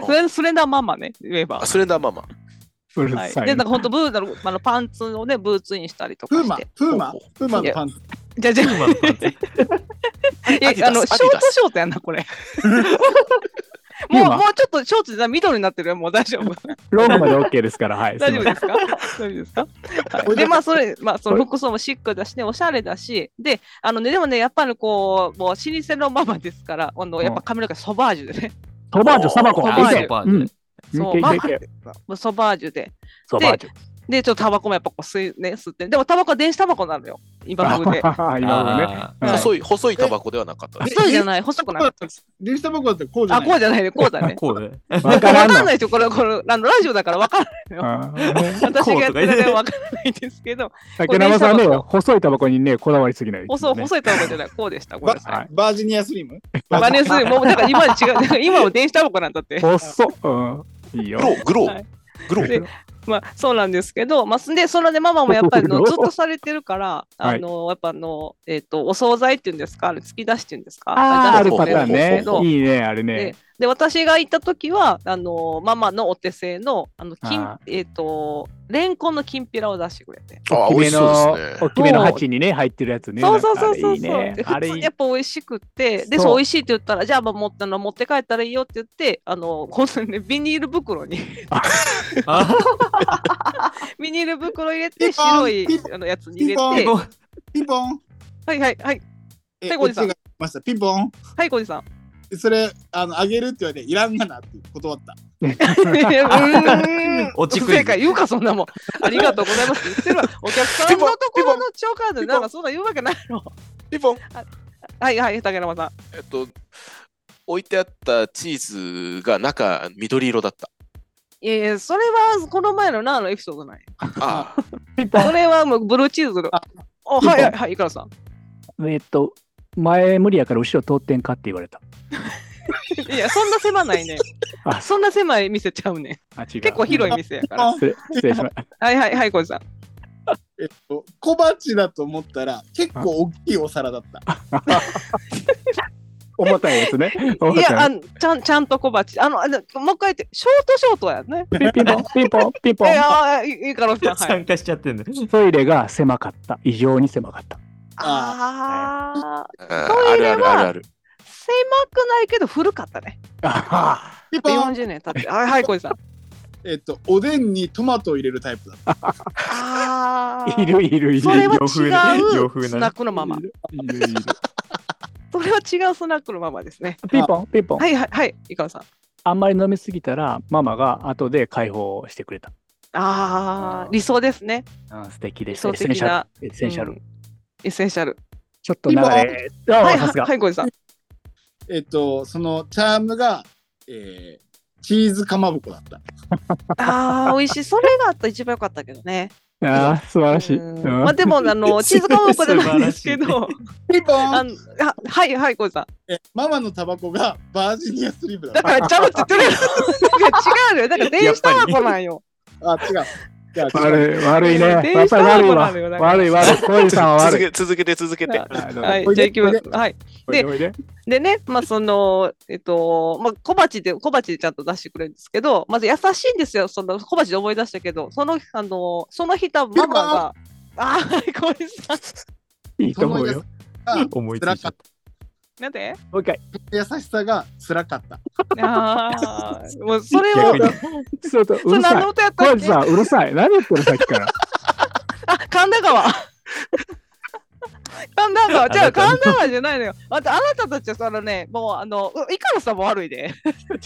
Speaker 3: スレンスレンダーママね、言えば
Speaker 8: あ。スレンダーマンマン。
Speaker 5: うる
Speaker 3: はい、
Speaker 5: さ
Speaker 3: で
Speaker 5: い。
Speaker 3: なんか本当ブーなのあのパンツをねブーツインしたりと
Speaker 2: プ
Speaker 3: か
Speaker 2: ー
Speaker 3: し
Speaker 2: マ
Speaker 3: て。、
Speaker 2: プーマ、プーマのパンツ。
Speaker 3: じゃあじゃあ
Speaker 7: 今のパンツ
Speaker 3: いや
Speaker 4: アディダス
Speaker 3: あの
Speaker 4: アディダ
Speaker 3: ショ
Speaker 4: ス
Speaker 3: ートショートやんなこれ。もう
Speaker 5: 今
Speaker 3: もうちょっとショーツじゃ緑になってるよもう大丈夫
Speaker 5: ローマで OK ですから、はい。
Speaker 3: 大丈夫
Speaker 5: すい
Speaker 3: ですか大丈夫ですか、はい、でまあそれまあその服装もシックだしねおしゃれだしであのねでもねやっぱりこうもう老舗のママですからあのやっぱ髪の毛ソバージュでね
Speaker 5: ませんソバージュ、サバコ。
Speaker 3: ソバージュ
Speaker 5: いけうん。
Speaker 3: そう
Speaker 5: いけいけいけ
Speaker 3: もうソバージュで
Speaker 5: ソバージュ。
Speaker 3: でちょっとタバコもやっぱこう吸いね吸ってでもタバコは電子タバコなのよ今風で。
Speaker 5: あ今のね。
Speaker 7: あ
Speaker 5: はい
Speaker 8: 細い、細いタバコではなかったです。
Speaker 3: そうじゃない細くな
Speaker 2: だ
Speaker 3: い
Speaker 2: ったら電子タバコだったらこうじゃ
Speaker 3: あ
Speaker 2: ない
Speaker 3: こうじゃないねこうだ
Speaker 7: ー
Speaker 3: ね。
Speaker 7: こうね。
Speaker 5: わ
Speaker 3: わ
Speaker 5: か
Speaker 3: からら
Speaker 5: んの
Speaker 3: な。いでしょこれこれあのラジオだからわからないのよ。
Speaker 5: うん
Speaker 3: 私がやって
Speaker 7: こうとか言
Speaker 3: る
Speaker 7: って
Speaker 3: のは分からないんですけど、
Speaker 5: 竹山さんね、
Speaker 3: これ
Speaker 5: 細いタバコにね、こだわりすぎない。
Speaker 3: 細
Speaker 5: ね
Speaker 3: 細いタバコじゃない、こうでした。ごめんなさ。
Speaker 5: はいい
Speaker 2: バージニアスリム
Speaker 3: 真似する、もう、だから今は違う、だから今は電子タバコなんだって。
Speaker 5: 細っ。うん。いいよ
Speaker 8: グ。ロー、グロ
Speaker 3: は
Speaker 8: ー
Speaker 3: い、
Speaker 8: グロ ー。
Speaker 3: でまあ、そうなんですけど、まあ、すんで、そのね、ママもやっぱりのずっとされてる から、あの、やっぱあの、えっ、と、お惣菜っていうんですか、あれ、突き出しっていうんですか。
Speaker 5: ああ、あ
Speaker 3: れ
Speaker 5: る
Speaker 3: 出
Speaker 5: パ
Speaker 3: して
Speaker 5: ターンね
Speaker 3: そう。
Speaker 5: いいね、あれね
Speaker 3: で。で私が行った時はあのママのお手製のあの金
Speaker 5: あ
Speaker 3: えっ、とレンコンのきんぴらを出してくれて、
Speaker 8: ああ、美
Speaker 5: 大き
Speaker 8: 味
Speaker 5: め
Speaker 8: しそう
Speaker 5: の
Speaker 8: です、
Speaker 5: 大
Speaker 8: ね。
Speaker 5: きめの鉢にね、入ってるやつね。
Speaker 3: そうそうそうそうそう
Speaker 5: なん
Speaker 3: で
Speaker 5: かあ
Speaker 3: 普
Speaker 5: れい
Speaker 3: 通に
Speaker 5: いね。あれいい
Speaker 3: やっ。ぱ美味しくってで
Speaker 5: そう
Speaker 3: そう美味しいって言ったらじゃあまあ持っての持って帰ったらいいよって言ってあのこのねビニール袋に
Speaker 7: あ
Speaker 3: ビニール袋入れ
Speaker 2: ピ
Speaker 3: て
Speaker 2: ンポン
Speaker 3: 白い
Speaker 2: ピンポ
Speaker 3: あのやつに入れ
Speaker 2: ピン
Speaker 3: て
Speaker 2: ポ
Speaker 7: ー
Speaker 2: ピンポン。
Speaker 3: はいはいはい
Speaker 2: え
Speaker 3: はいこうじさん
Speaker 2: お手が来ましたピンポン。
Speaker 3: はい小路さ ん
Speaker 2: それ、あの、あげるって言われて、いらんがなって断った。
Speaker 3: うーん
Speaker 7: 落ちクイズ
Speaker 3: 正解言うかそんなもんありがとうございますって言ってる わお客さんのところの超カードでなんかそんな言うわけないの
Speaker 8: ピンポン。
Speaker 3: はいはい竹山さん
Speaker 8: えっと、置いてあったチーズが中、緑色だった。
Speaker 3: いやいやそれはこの前のなあのエピソードない
Speaker 8: ああ、
Speaker 3: それはもうブルーチーズの
Speaker 2: あ
Speaker 3: おはいはいはいいくらさん
Speaker 5: えっと、前無理やから後ろ通ってんかって言われた。
Speaker 3: いやそんな狭 ないね
Speaker 5: あ
Speaker 3: そんな狭い店ちゃうねん
Speaker 5: あ、違う。
Speaker 3: 結構広い店やから。
Speaker 5: 失礼失礼 しました。
Speaker 3: はいはいはい、こじさん。
Speaker 2: えっと、小鉢だと思ったら、結構大きいお皿だった。
Speaker 5: 重たいやつね。重
Speaker 3: い
Speaker 5: たい
Speaker 3: や、あ
Speaker 5: やつ。
Speaker 3: のちゃんちゃんと小鉢。あの、あのもう一回言って、ショートショートやね。
Speaker 5: ピンピンポン、ピンポン、ピン
Speaker 3: え
Speaker 5: ポン。
Speaker 3: あーいいいいからさん。はい、
Speaker 7: 参加しちゃってんだ。
Speaker 5: トイレが狭かった。異常に狭かった。
Speaker 3: ああ、
Speaker 8: あるあるあるある。
Speaker 3: 狭くないけど古かったね。
Speaker 5: あ
Speaker 2: ピンポン。
Speaker 3: 40年経って。はいはい、こじ さん。
Speaker 2: えっと、おでんにトマトを入れるタイプだった。
Speaker 3: あ
Speaker 5: い
Speaker 3: あ。
Speaker 5: るいるいる。
Speaker 3: それは違う
Speaker 7: 洋風な
Speaker 3: スナックのまま
Speaker 5: い。るいるいる
Speaker 3: それは違うスナックのままですね。
Speaker 5: ピンポン、ピンポン
Speaker 3: は。いはいはい、いかさん。
Speaker 5: あんまり飲みすぎたら、ママが後で解放してくれた。
Speaker 3: あ
Speaker 5: あ
Speaker 3: あ
Speaker 5: ー、
Speaker 3: 理想ですね。
Speaker 5: あ素敵で
Speaker 3: 理
Speaker 5: す。
Speaker 3: 想
Speaker 5: エッセン
Speaker 3: 的
Speaker 5: シャ
Speaker 3: な。
Speaker 5: ル。エッセンシャ
Speaker 3: う
Speaker 5: ル
Speaker 3: ん。エッセンシャル。
Speaker 5: ちょっと流れ。
Speaker 3: は
Speaker 5: あ
Speaker 3: い
Speaker 5: さ
Speaker 3: は
Speaker 5: すが
Speaker 3: い、は。い、こじさん。
Speaker 2: えっと、そのチャームが、えー、チーズかまぼこだった。
Speaker 3: ああ、美味しい。それがあったら一番良かったけどね。
Speaker 5: ああ、素晴らしい。
Speaker 3: うん
Speaker 5: うん
Speaker 3: まあでも、あの、チーズかまぼこじゃないんですけど、
Speaker 2: ピンポ
Speaker 3: あ
Speaker 2: ン
Speaker 3: のあはいはい、こうさん。
Speaker 2: えママのタバコがバージニアスリムだ
Speaker 3: だ
Speaker 2: った。
Speaker 3: から、ちゃうって言ってるや ん。違うのよ。だから、電子タバコなんよ。
Speaker 2: あ、違う。じゃあ違う
Speaker 5: 悪い、悪いね。
Speaker 3: 電
Speaker 5: やっ
Speaker 3: 車
Speaker 5: ぱり悪い
Speaker 3: な
Speaker 5: わ
Speaker 3: のよ。だから
Speaker 5: 悪い、悪い。 小井さんは
Speaker 8: 続
Speaker 5: 悪い。
Speaker 8: け、続けて、続けて。
Speaker 5: あどうぞ
Speaker 3: はい、じゃあ行きます。はい。
Speaker 5: おいでおいで
Speaker 3: でね、まあ、その、えっと、まあ、小鉢で、小鉢でちゃんと出してくれるんですけど、まず優しいんですよ。その、小鉢で思い出したけど、その、あの、その日、たママが、ああ、 こうさん。
Speaker 5: いいと思うよ。
Speaker 7: 思いつ
Speaker 2: 辛
Speaker 7: い
Speaker 2: か
Speaker 7: た
Speaker 2: っ。
Speaker 3: なん で
Speaker 5: もう一回。
Speaker 2: た。優しさが辛かった。
Speaker 3: ああ、もう、それを
Speaker 5: 逆、に。ちょっと、
Speaker 3: そうれ
Speaker 5: るさ
Speaker 3: 何
Speaker 5: い
Speaker 3: の。音やった
Speaker 5: 小
Speaker 3: っ
Speaker 5: 井
Speaker 3: け
Speaker 5: さん、うるさい。何言ってるさっ きから。
Speaker 3: あ、神田川。 神田川、じゃあ
Speaker 7: あなたの
Speaker 3: 神田川じゃないのよ。あとあなたたちはそのね、もうあの、うイカロさんも悪いで。 イカ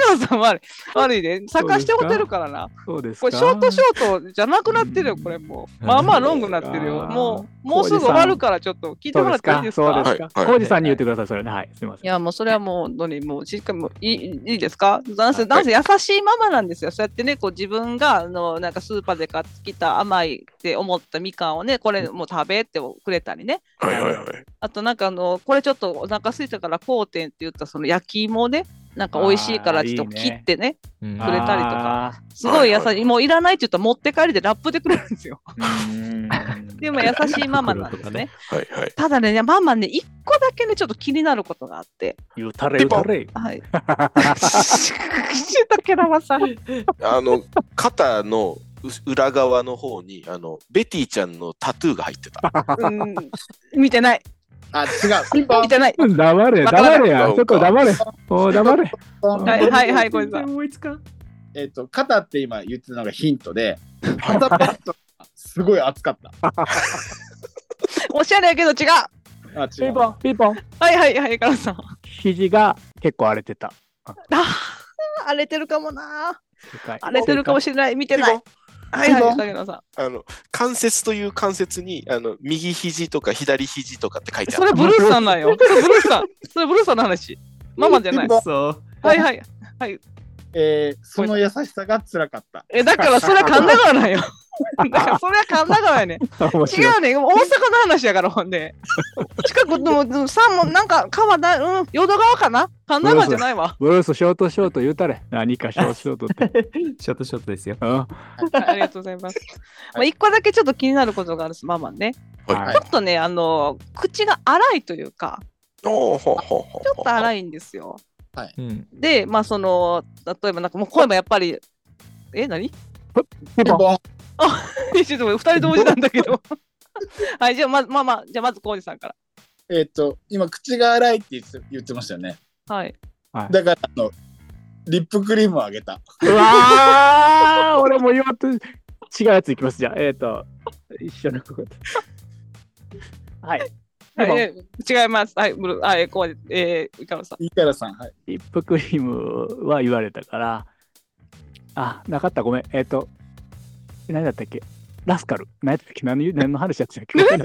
Speaker 3: ロさんも悪い。悪いで。探してもてるからな。
Speaker 5: そうです
Speaker 3: こ
Speaker 5: か。
Speaker 3: れショートショートじゃなくなってるよ、これもう。
Speaker 7: うん
Speaker 3: まあまあロングになってる
Speaker 5: あ
Speaker 3: よ。
Speaker 5: ー
Speaker 3: もう、もうすぐ終わるからちょっと聞いてもらっていいですか
Speaker 5: そうです
Speaker 8: は
Speaker 5: か
Speaker 8: い。はい
Speaker 5: 小路さんに言ってください、それね。はい、すみませ
Speaker 3: い
Speaker 5: ん。
Speaker 3: やもうそれはもう本当にもうしかもいいいいですか男性
Speaker 8: はい
Speaker 3: 男性優しいママなんですよそうやってねこう自分があのなんかスーパーで買ってきた甘いって思ったみかんをねこれもう食べってくれたりね
Speaker 8: はいはいはい。
Speaker 3: あとなんかあのこれちょっとお腹空いたからこうてんって言ったその焼き芋をねなんか美味しいからちょっと
Speaker 5: あーいい
Speaker 3: 切
Speaker 5: ね
Speaker 3: ってね
Speaker 7: うん
Speaker 3: くれたりと
Speaker 5: か。
Speaker 3: すごい優しいもういらないって言ったら持って帰りでラップでくれるんですよ
Speaker 5: うーん
Speaker 3: でも優し いママなんですね。
Speaker 8: はいはい。
Speaker 3: ただねママね一個だけねちょっと気になることがあって
Speaker 5: ゆたれゆたれ。
Speaker 3: はい シュタケラマさん
Speaker 8: あの、肩のう裏側の方に、あの、ベティちゃんのタトゥーが入ってた。
Speaker 3: うん見てない
Speaker 2: あ、違う。ピンポン
Speaker 3: 見。てない
Speaker 5: 黙れ、
Speaker 3: わからない
Speaker 5: 黙れや。ちょっと黙れ。おう黙れ。
Speaker 3: はいはいはいこれさん
Speaker 7: 思いつかん。
Speaker 2: えっと、肩って今言ってたのがヒントで、肩パッドがすごい熱かった。
Speaker 3: おしゃれやけど違う
Speaker 2: あ、
Speaker 5: ピ
Speaker 2: 違
Speaker 5: ン
Speaker 2: う。
Speaker 5: ポン、ピンポン。
Speaker 3: はいはいはいカラさん
Speaker 5: 肘が結構荒れてた。
Speaker 3: あー荒れてるかもな
Speaker 5: 世界
Speaker 3: 荒れてるかもしれない見てないはい
Speaker 2: ピンポン
Speaker 3: はいカラさ
Speaker 8: あの、関節という関節に、あの、右肘とか左肘とかって書い
Speaker 3: ん
Speaker 8: て
Speaker 3: そ
Speaker 8: あ
Speaker 3: れ
Speaker 8: る。
Speaker 3: ブルースさんなんよそれブルースさんそれブルースさんの話ママじゃな
Speaker 2: ピ
Speaker 3: い
Speaker 2: ンポン
Speaker 7: そう。
Speaker 3: はいはい
Speaker 2: えーその優しさが辛かった。
Speaker 3: えだからそれは神田川なん よだからそれは神田川やね
Speaker 5: 面
Speaker 3: 違
Speaker 5: 白い。
Speaker 3: うね、大阪の話やから、ほん で。近くの、うんさんも、なんか、川だ、うん、淀川かな神奈川じゃないわ。
Speaker 5: ブルースショートショート言うたれ。何かショートショートって。
Speaker 7: ショートショートですよ。
Speaker 5: うん
Speaker 3: ありがとうございます。まあ、一個だけちょっと気になることがあるんです、ママね。
Speaker 5: は
Speaker 3: ちょっとね、あの、口が荒いというか、
Speaker 8: おーほうほうほう
Speaker 3: ちょっと荒
Speaker 8: い。
Speaker 3: いんですよ。
Speaker 7: うん。
Speaker 3: で、まあ、その、例えば、なんかもう声もやっぱり、え、何
Speaker 5: ピン
Speaker 2: ピン
Speaker 5: ポン。
Speaker 2: ポン。
Speaker 3: ちょっと二人同時なんだけ ど。はい、じゃあ、まず、まあまあ、じゃあ、まず、コージさんから。
Speaker 2: えっと、今、口が荒いって言って言ってましたよね。
Speaker 3: はい。
Speaker 2: だから、あの、リップクリームをあげた。
Speaker 5: うわー俺も言わんと違うやついきますじゃあえっ、と一緒のここはいでも
Speaker 3: はい、え違います。はい、ブルー、あ、え、コージ、えー、イカロさん。
Speaker 2: いいからさん、はい。
Speaker 5: リップクリームは言われたからあなかったごめんえっ、と何だったっけラスカル何だったっけ何何の話やってたっけ忘れた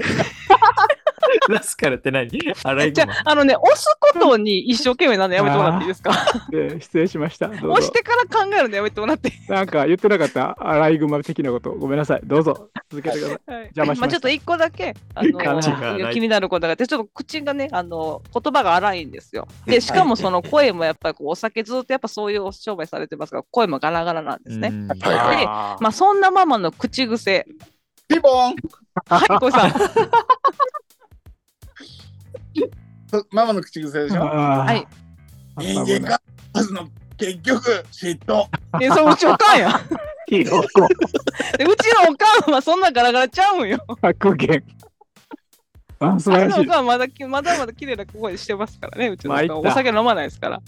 Speaker 7: ラスカルって何洗 い
Speaker 3: じゃ
Speaker 7: 駒。
Speaker 3: あ、あのね、押すことに一生懸命なのやめてもらっていいですか
Speaker 5: で 失礼しましたどう
Speaker 3: 押
Speaker 5: ぞ
Speaker 3: してから考えるのやめてもらっていい。
Speaker 5: なんか言ってなかったアライグマ的なことごめんなさいどうぞ続けてください
Speaker 3: はい
Speaker 5: 邪魔し
Speaker 3: ま
Speaker 5: ました
Speaker 3: あちょっと一個だけ、あの
Speaker 7: 口が荒い
Speaker 3: 気になることがあって、ちょっと口がね、あの、言葉が荒いんですよ。で、しかもその声もやっぱりこう、お酒ずっとやっぱそういうお商売されてますから、声もガラガラなんですね。
Speaker 7: うん
Speaker 8: はいはい。
Speaker 3: で
Speaker 5: あー
Speaker 3: まあそんなママの口癖。
Speaker 2: ピンポン
Speaker 3: はい、こうさん。
Speaker 2: とママの口癖でしょ。
Speaker 5: あー
Speaker 3: はい
Speaker 2: 人間が、まずの、結局、嫉妬。
Speaker 3: え、そう、うちおかんや。
Speaker 5: ヒロコ
Speaker 3: でうちのおかんはそんなガラガラちゃうんよ。
Speaker 5: 白言あ素
Speaker 3: う
Speaker 5: 晴
Speaker 3: ち
Speaker 5: ら
Speaker 3: の
Speaker 5: し
Speaker 3: お
Speaker 5: い
Speaker 3: かんはまだきまだまだ綺麗な声してますからね、うちのおかんは。
Speaker 5: 参った
Speaker 3: お酒飲まないですから。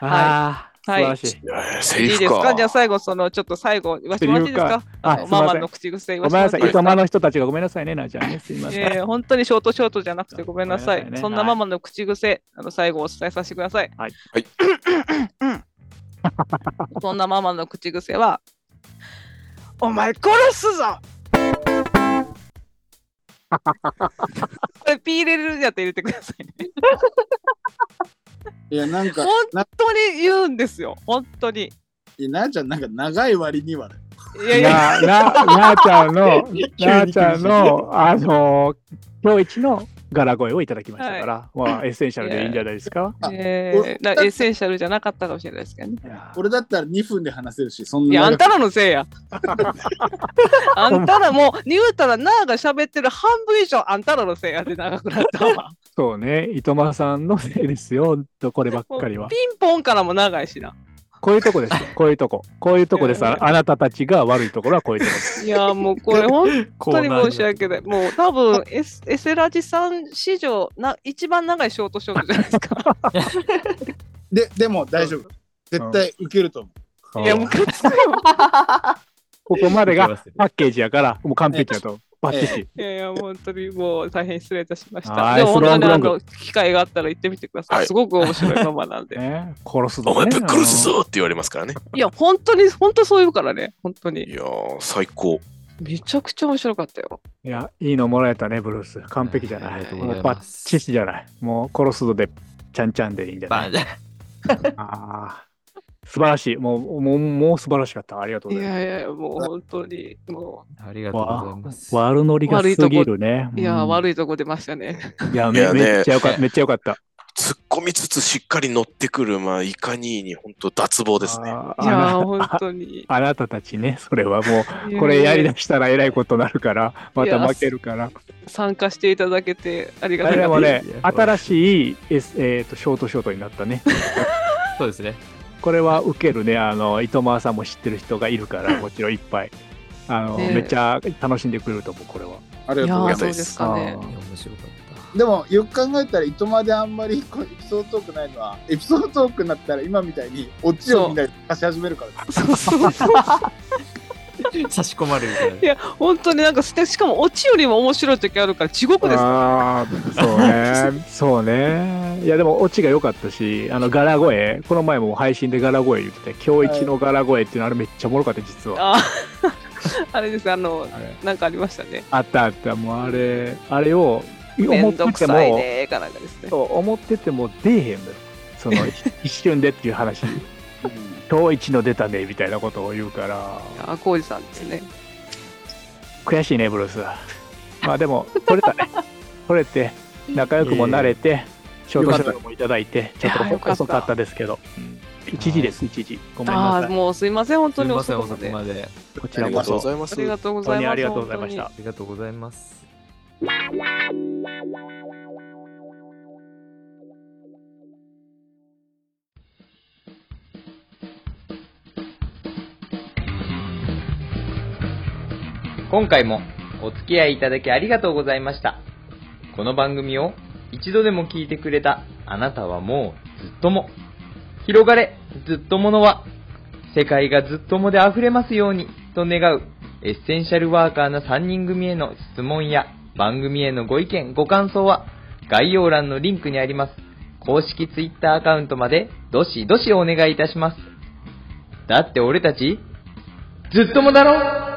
Speaker 5: ああ、
Speaker 3: はい
Speaker 5: 素晴らしい。
Speaker 8: えーセ
Speaker 3: い
Speaker 8: リ
Speaker 3: いで
Speaker 8: フ
Speaker 3: すか
Speaker 8: か。
Speaker 3: じゃあ最後、その、ちょっと最後、言わせてもらっていいですか
Speaker 5: か
Speaker 3: あ
Speaker 5: は
Speaker 3: の
Speaker 5: い
Speaker 3: マ
Speaker 5: すいま
Speaker 3: マ
Speaker 5: せん
Speaker 3: の口癖言
Speaker 5: ごめ
Speaker 3: わ
Speaker 5: ん
Speaker 3: せてもらって
Speaker 5: なさ
Speaker 3: いいで
Speaker 5: い、糸
Speaker 3: すか
Speaker 5: 間の人たちがごめんなさいね、なーちゃんね。すいません。
Speaker 3: ええ本当にショートショートじゃなくてごめんなさい。
Speaker 5: ごめんなさいね
Speaker 3: そんなママの口癖、あの最後お伝えさせてください。
Speaker 5: はい
Speaker 8: はい
Speaker 3: うん そんなママの口癖は、お前殺すぞこれピー入れるやつ入れてください ね。
Speaker 2: いや、なんか
Speaker 3: 本、
Speaker 2: な、
Speaker 3: 当に言うんですよ。本当に。
Speaker 2: いやなーちゃん、なんか長い割にはね。
Speaker 3: いやいや、
Speaker 5: なななーちゃんの、なーちゃんの、あのー、今日一の柄声をいただきましたから、まあ、エッセンシャルでいいんじゃないですか。
Speaker 2: あ
Speaker 3: えー、なエッセンシャルじゃなかったかもしれないですけどね。
Speaker 5: いや
Speaker 2: 俺だったら2分で話せるし、そん
Speaker 3: いや、
Speaker 2: な
Speaker 3: あん
Speaker 2: 長く。
Speaker 3: たらのせいや。あんたらもう、言うたら、なあが喋ってる半分以上、あんたらのせいやで長くなったわ。
Speaker 5: そうね、糸間さんのせいですよ、ほんとこればっかりは
Speaker 3: ピ。ンポンからも長いしな。
Speaker 5: こういうとこですよ、こういうとこ。こういうとこです。ああなたたちが悪いところはこういうとこです。
Speaker 3: いや、もうこれ、本
Speaker 7: コ
Speaker 3: 当に
Speaker 7: ーナー
Speaker 3: 申し訳ない。もう、多分エスエセラジさん史上な、一番長いショートショートじゃないですか。
Speaker 2: で、でも大丈夫。絶対受けると思
Speaker 3: いや、もう、 くっつくよ。
Speaker 5: ここまで
Speaker 7: いけ
Speaker 5: が
Speaker 7: ますよ
Speaker 5: パッケージやから、もう完璧だと。バッチリ。
Speaker 3: いやいや、本当にもう、大変失礼いたしました。
Speaker 5: はい
Speaker 3: でも、本当に
Speaker 5: スロ
Speaker 3: あ
Speaker 5: ングロ
Speaker 3: の、
Speaker 5: ン
Speaker 3: 機会があったら行ってみてくださ。
Speaker 8: はいい
Speaker 3: すごく面白いママなんで。
Speaker 5: ね、殺すぞ、
Speaker 8: お
Speaker 5: ね。
Speaker 8: 前ぶっ殺すぞって言われますからね。
Speaker 3: いや、本当に、本当そう言うからね。本当に
Speaker 8: い。やー、最高。
Speaker 3: めちゃくちゃ面白かったよ。
Speaker 5: いや、いいのもらえたね、ブルース。完璧じゃない。
Speaker 7: ありがとうご
Speaker 5: も
Speaker 7: ざ
Speaker 5: う
Speaker 7: い
Speaker 5: バ
Speaker 7: ま
Speaker 5: ッ
Speaker 7: す
Speaker 5: チシじゃない。もう殺すぞで、ちゃんちゃんでいいんじゃ
Speaker 7: バ
Speaker 5: な
Speaker 7: ン
Speaker 5: いあー素晴らしい。もう、もう、もう素晴らしかった。ありがとう
Speaker 3: い
Speaker 5: ございま
Speaker 3: やいや、もう本当に、も
Speaker 7: ありがとうございます。
Speaker 5: す。悪ノリがすぎるね。
Speaker 3: う、いや、
Speaker 5: うん
Speaker 3: 悪いとこ出ましたね。
Speaker 5: いや
Speaker 8: い
Speaker 5: め、
Speaker 8: やね
Speaker 5: めっちゃよかった。めっちゃよかった。
Speaker 8: ツッ込みつつしっかり乗ってくる、まあ、イカニーに本当脱帽ですね。
Speaker 5: あ
Speaker 3: いやー、
Speaker 5: ー
Speaker 3: 本
Speaker 5: あな
Speaker 3: 当に。
Speaker 5: あなたたちね、それはもう、これやりだしたらえらいことになるから、また負けるから。
Speaker 3: 参加していただけてありが
Speaker 5: あ
Speaker 3: たい
Speaker 5: れ
Speaker 3: です
Speaker 5: もね
Speaker 9: いや、
Speaker 5: 新しい、S えー、とショートショートになったね。
Speaker 9: そうですね。
Speaker 5: これは受けるね、あの、糸満さんも知ってる人がいるか ら、もちろんいっぱい。あの、
Speaker 3: ねえ
Speaker 5: めっちゃ楽しんでくれると思う、これは。
Speaker 2: ありがとうござい
Speaker 3: いやー
Speaker 2: ま
Speaker 3: そうですかね。
Speaker 9: いや面白かっ
Speaker 2: す。でも、よく考えたら、糸まであんまりこうエピソードトークないのは、エピソードトークになったら、今みたいに、オチをみんなで貸し始めるからです。
Speaker 3: そうそうそう。
Speaker 9: た。差し込まれるみたいな。
Speaker 3: いや本当になんかすてしかもオチよりも面白い時あるから地獄です。
Speaker 5: ああ、そうね。 そうね。いや、でも、オチが良かったし、あの、ガラ声、この前も配信でガラ声言ってて、今日一のガラ声っていうの、あれめっちゃおもろかった、実は。
Speaker 3: あ あれですあの
Speaker 5: あれ
Speaker 3: なんかありましたね。
Speaker 5: あったあった、もうあれ、あれを、
Speaker 3: め
Speaker 5: 思っ
Speaker 3: んど
Speaker 5: て
Speaker 3: く
Speaker 5: て
Speaker 3: さい
Speaker 5: も、
Speaker 3: ねーかなんかですね。
Speaker 5: そう思ってても出えへんのよ。その、一一瞬でってい う話。
Speaker 2: うん
Speaker 5: 今日一の出たね、みたいなことを言うから。
Speaker 3: あコウジさんですね。
Speaker 5: 悔しいねブルースはまあでも取れたね 取れて仲良くもなれて賞トショートもいただいてちょっ
Speaker 3: いやーよ
Speaker 5: と
Speaker 3: かった
Speaker 5: 遅かったですけど
Speaker 9: うん
Speaker 5: 一時です一時ごめん
Speaker 3: あ
Speaker 5: な
Speaker 3: あ
Speaker 5: さい
Speaker 3: もうすいません本
Speaker 9: す
Speaker 3: 当
Speaker 9: み
Speaker 3: に
Speaker 9: ません、
Speaker 3: 遅
Speaker 9: 遅
Speaker 3: く
Speaker 9: く
Speaker 3: ま
Speaker 9: ま
Speaker 3: で。
Speaker 9: で。
Speaker 5: こち
Speaker 8: あ
Speaker 5: ら
Speaker 8: り
Speaker 5: こ
Speaker 8: がとうござ
Speaker 5: そ本
Speaker 8: います
Speaker 3: あ。りがとうご
Speaker 5: 当
Speaker 3: ざい
Speaker 5: に
Speaker 3: ます。
Speaker 5: ありがとうございまし
Speaker 3: 本
Speaker 5: た
Speaker 9: ありがとうございます。
Speaker 7: 今回もお付き合いいただきありがとうございました。この番組を一度でも聞いてくれたあなたはもうずっとも。広がれ、ずっとものは。世界がずっともで溢れますようにと願うエッセンシャルワーカーな3人組への質問や番組へのご意見、ご感想は概要欄のリンクにあります公式 Twitter アカウントまでどしどしお願いいたします。だって俺たちずっともだろ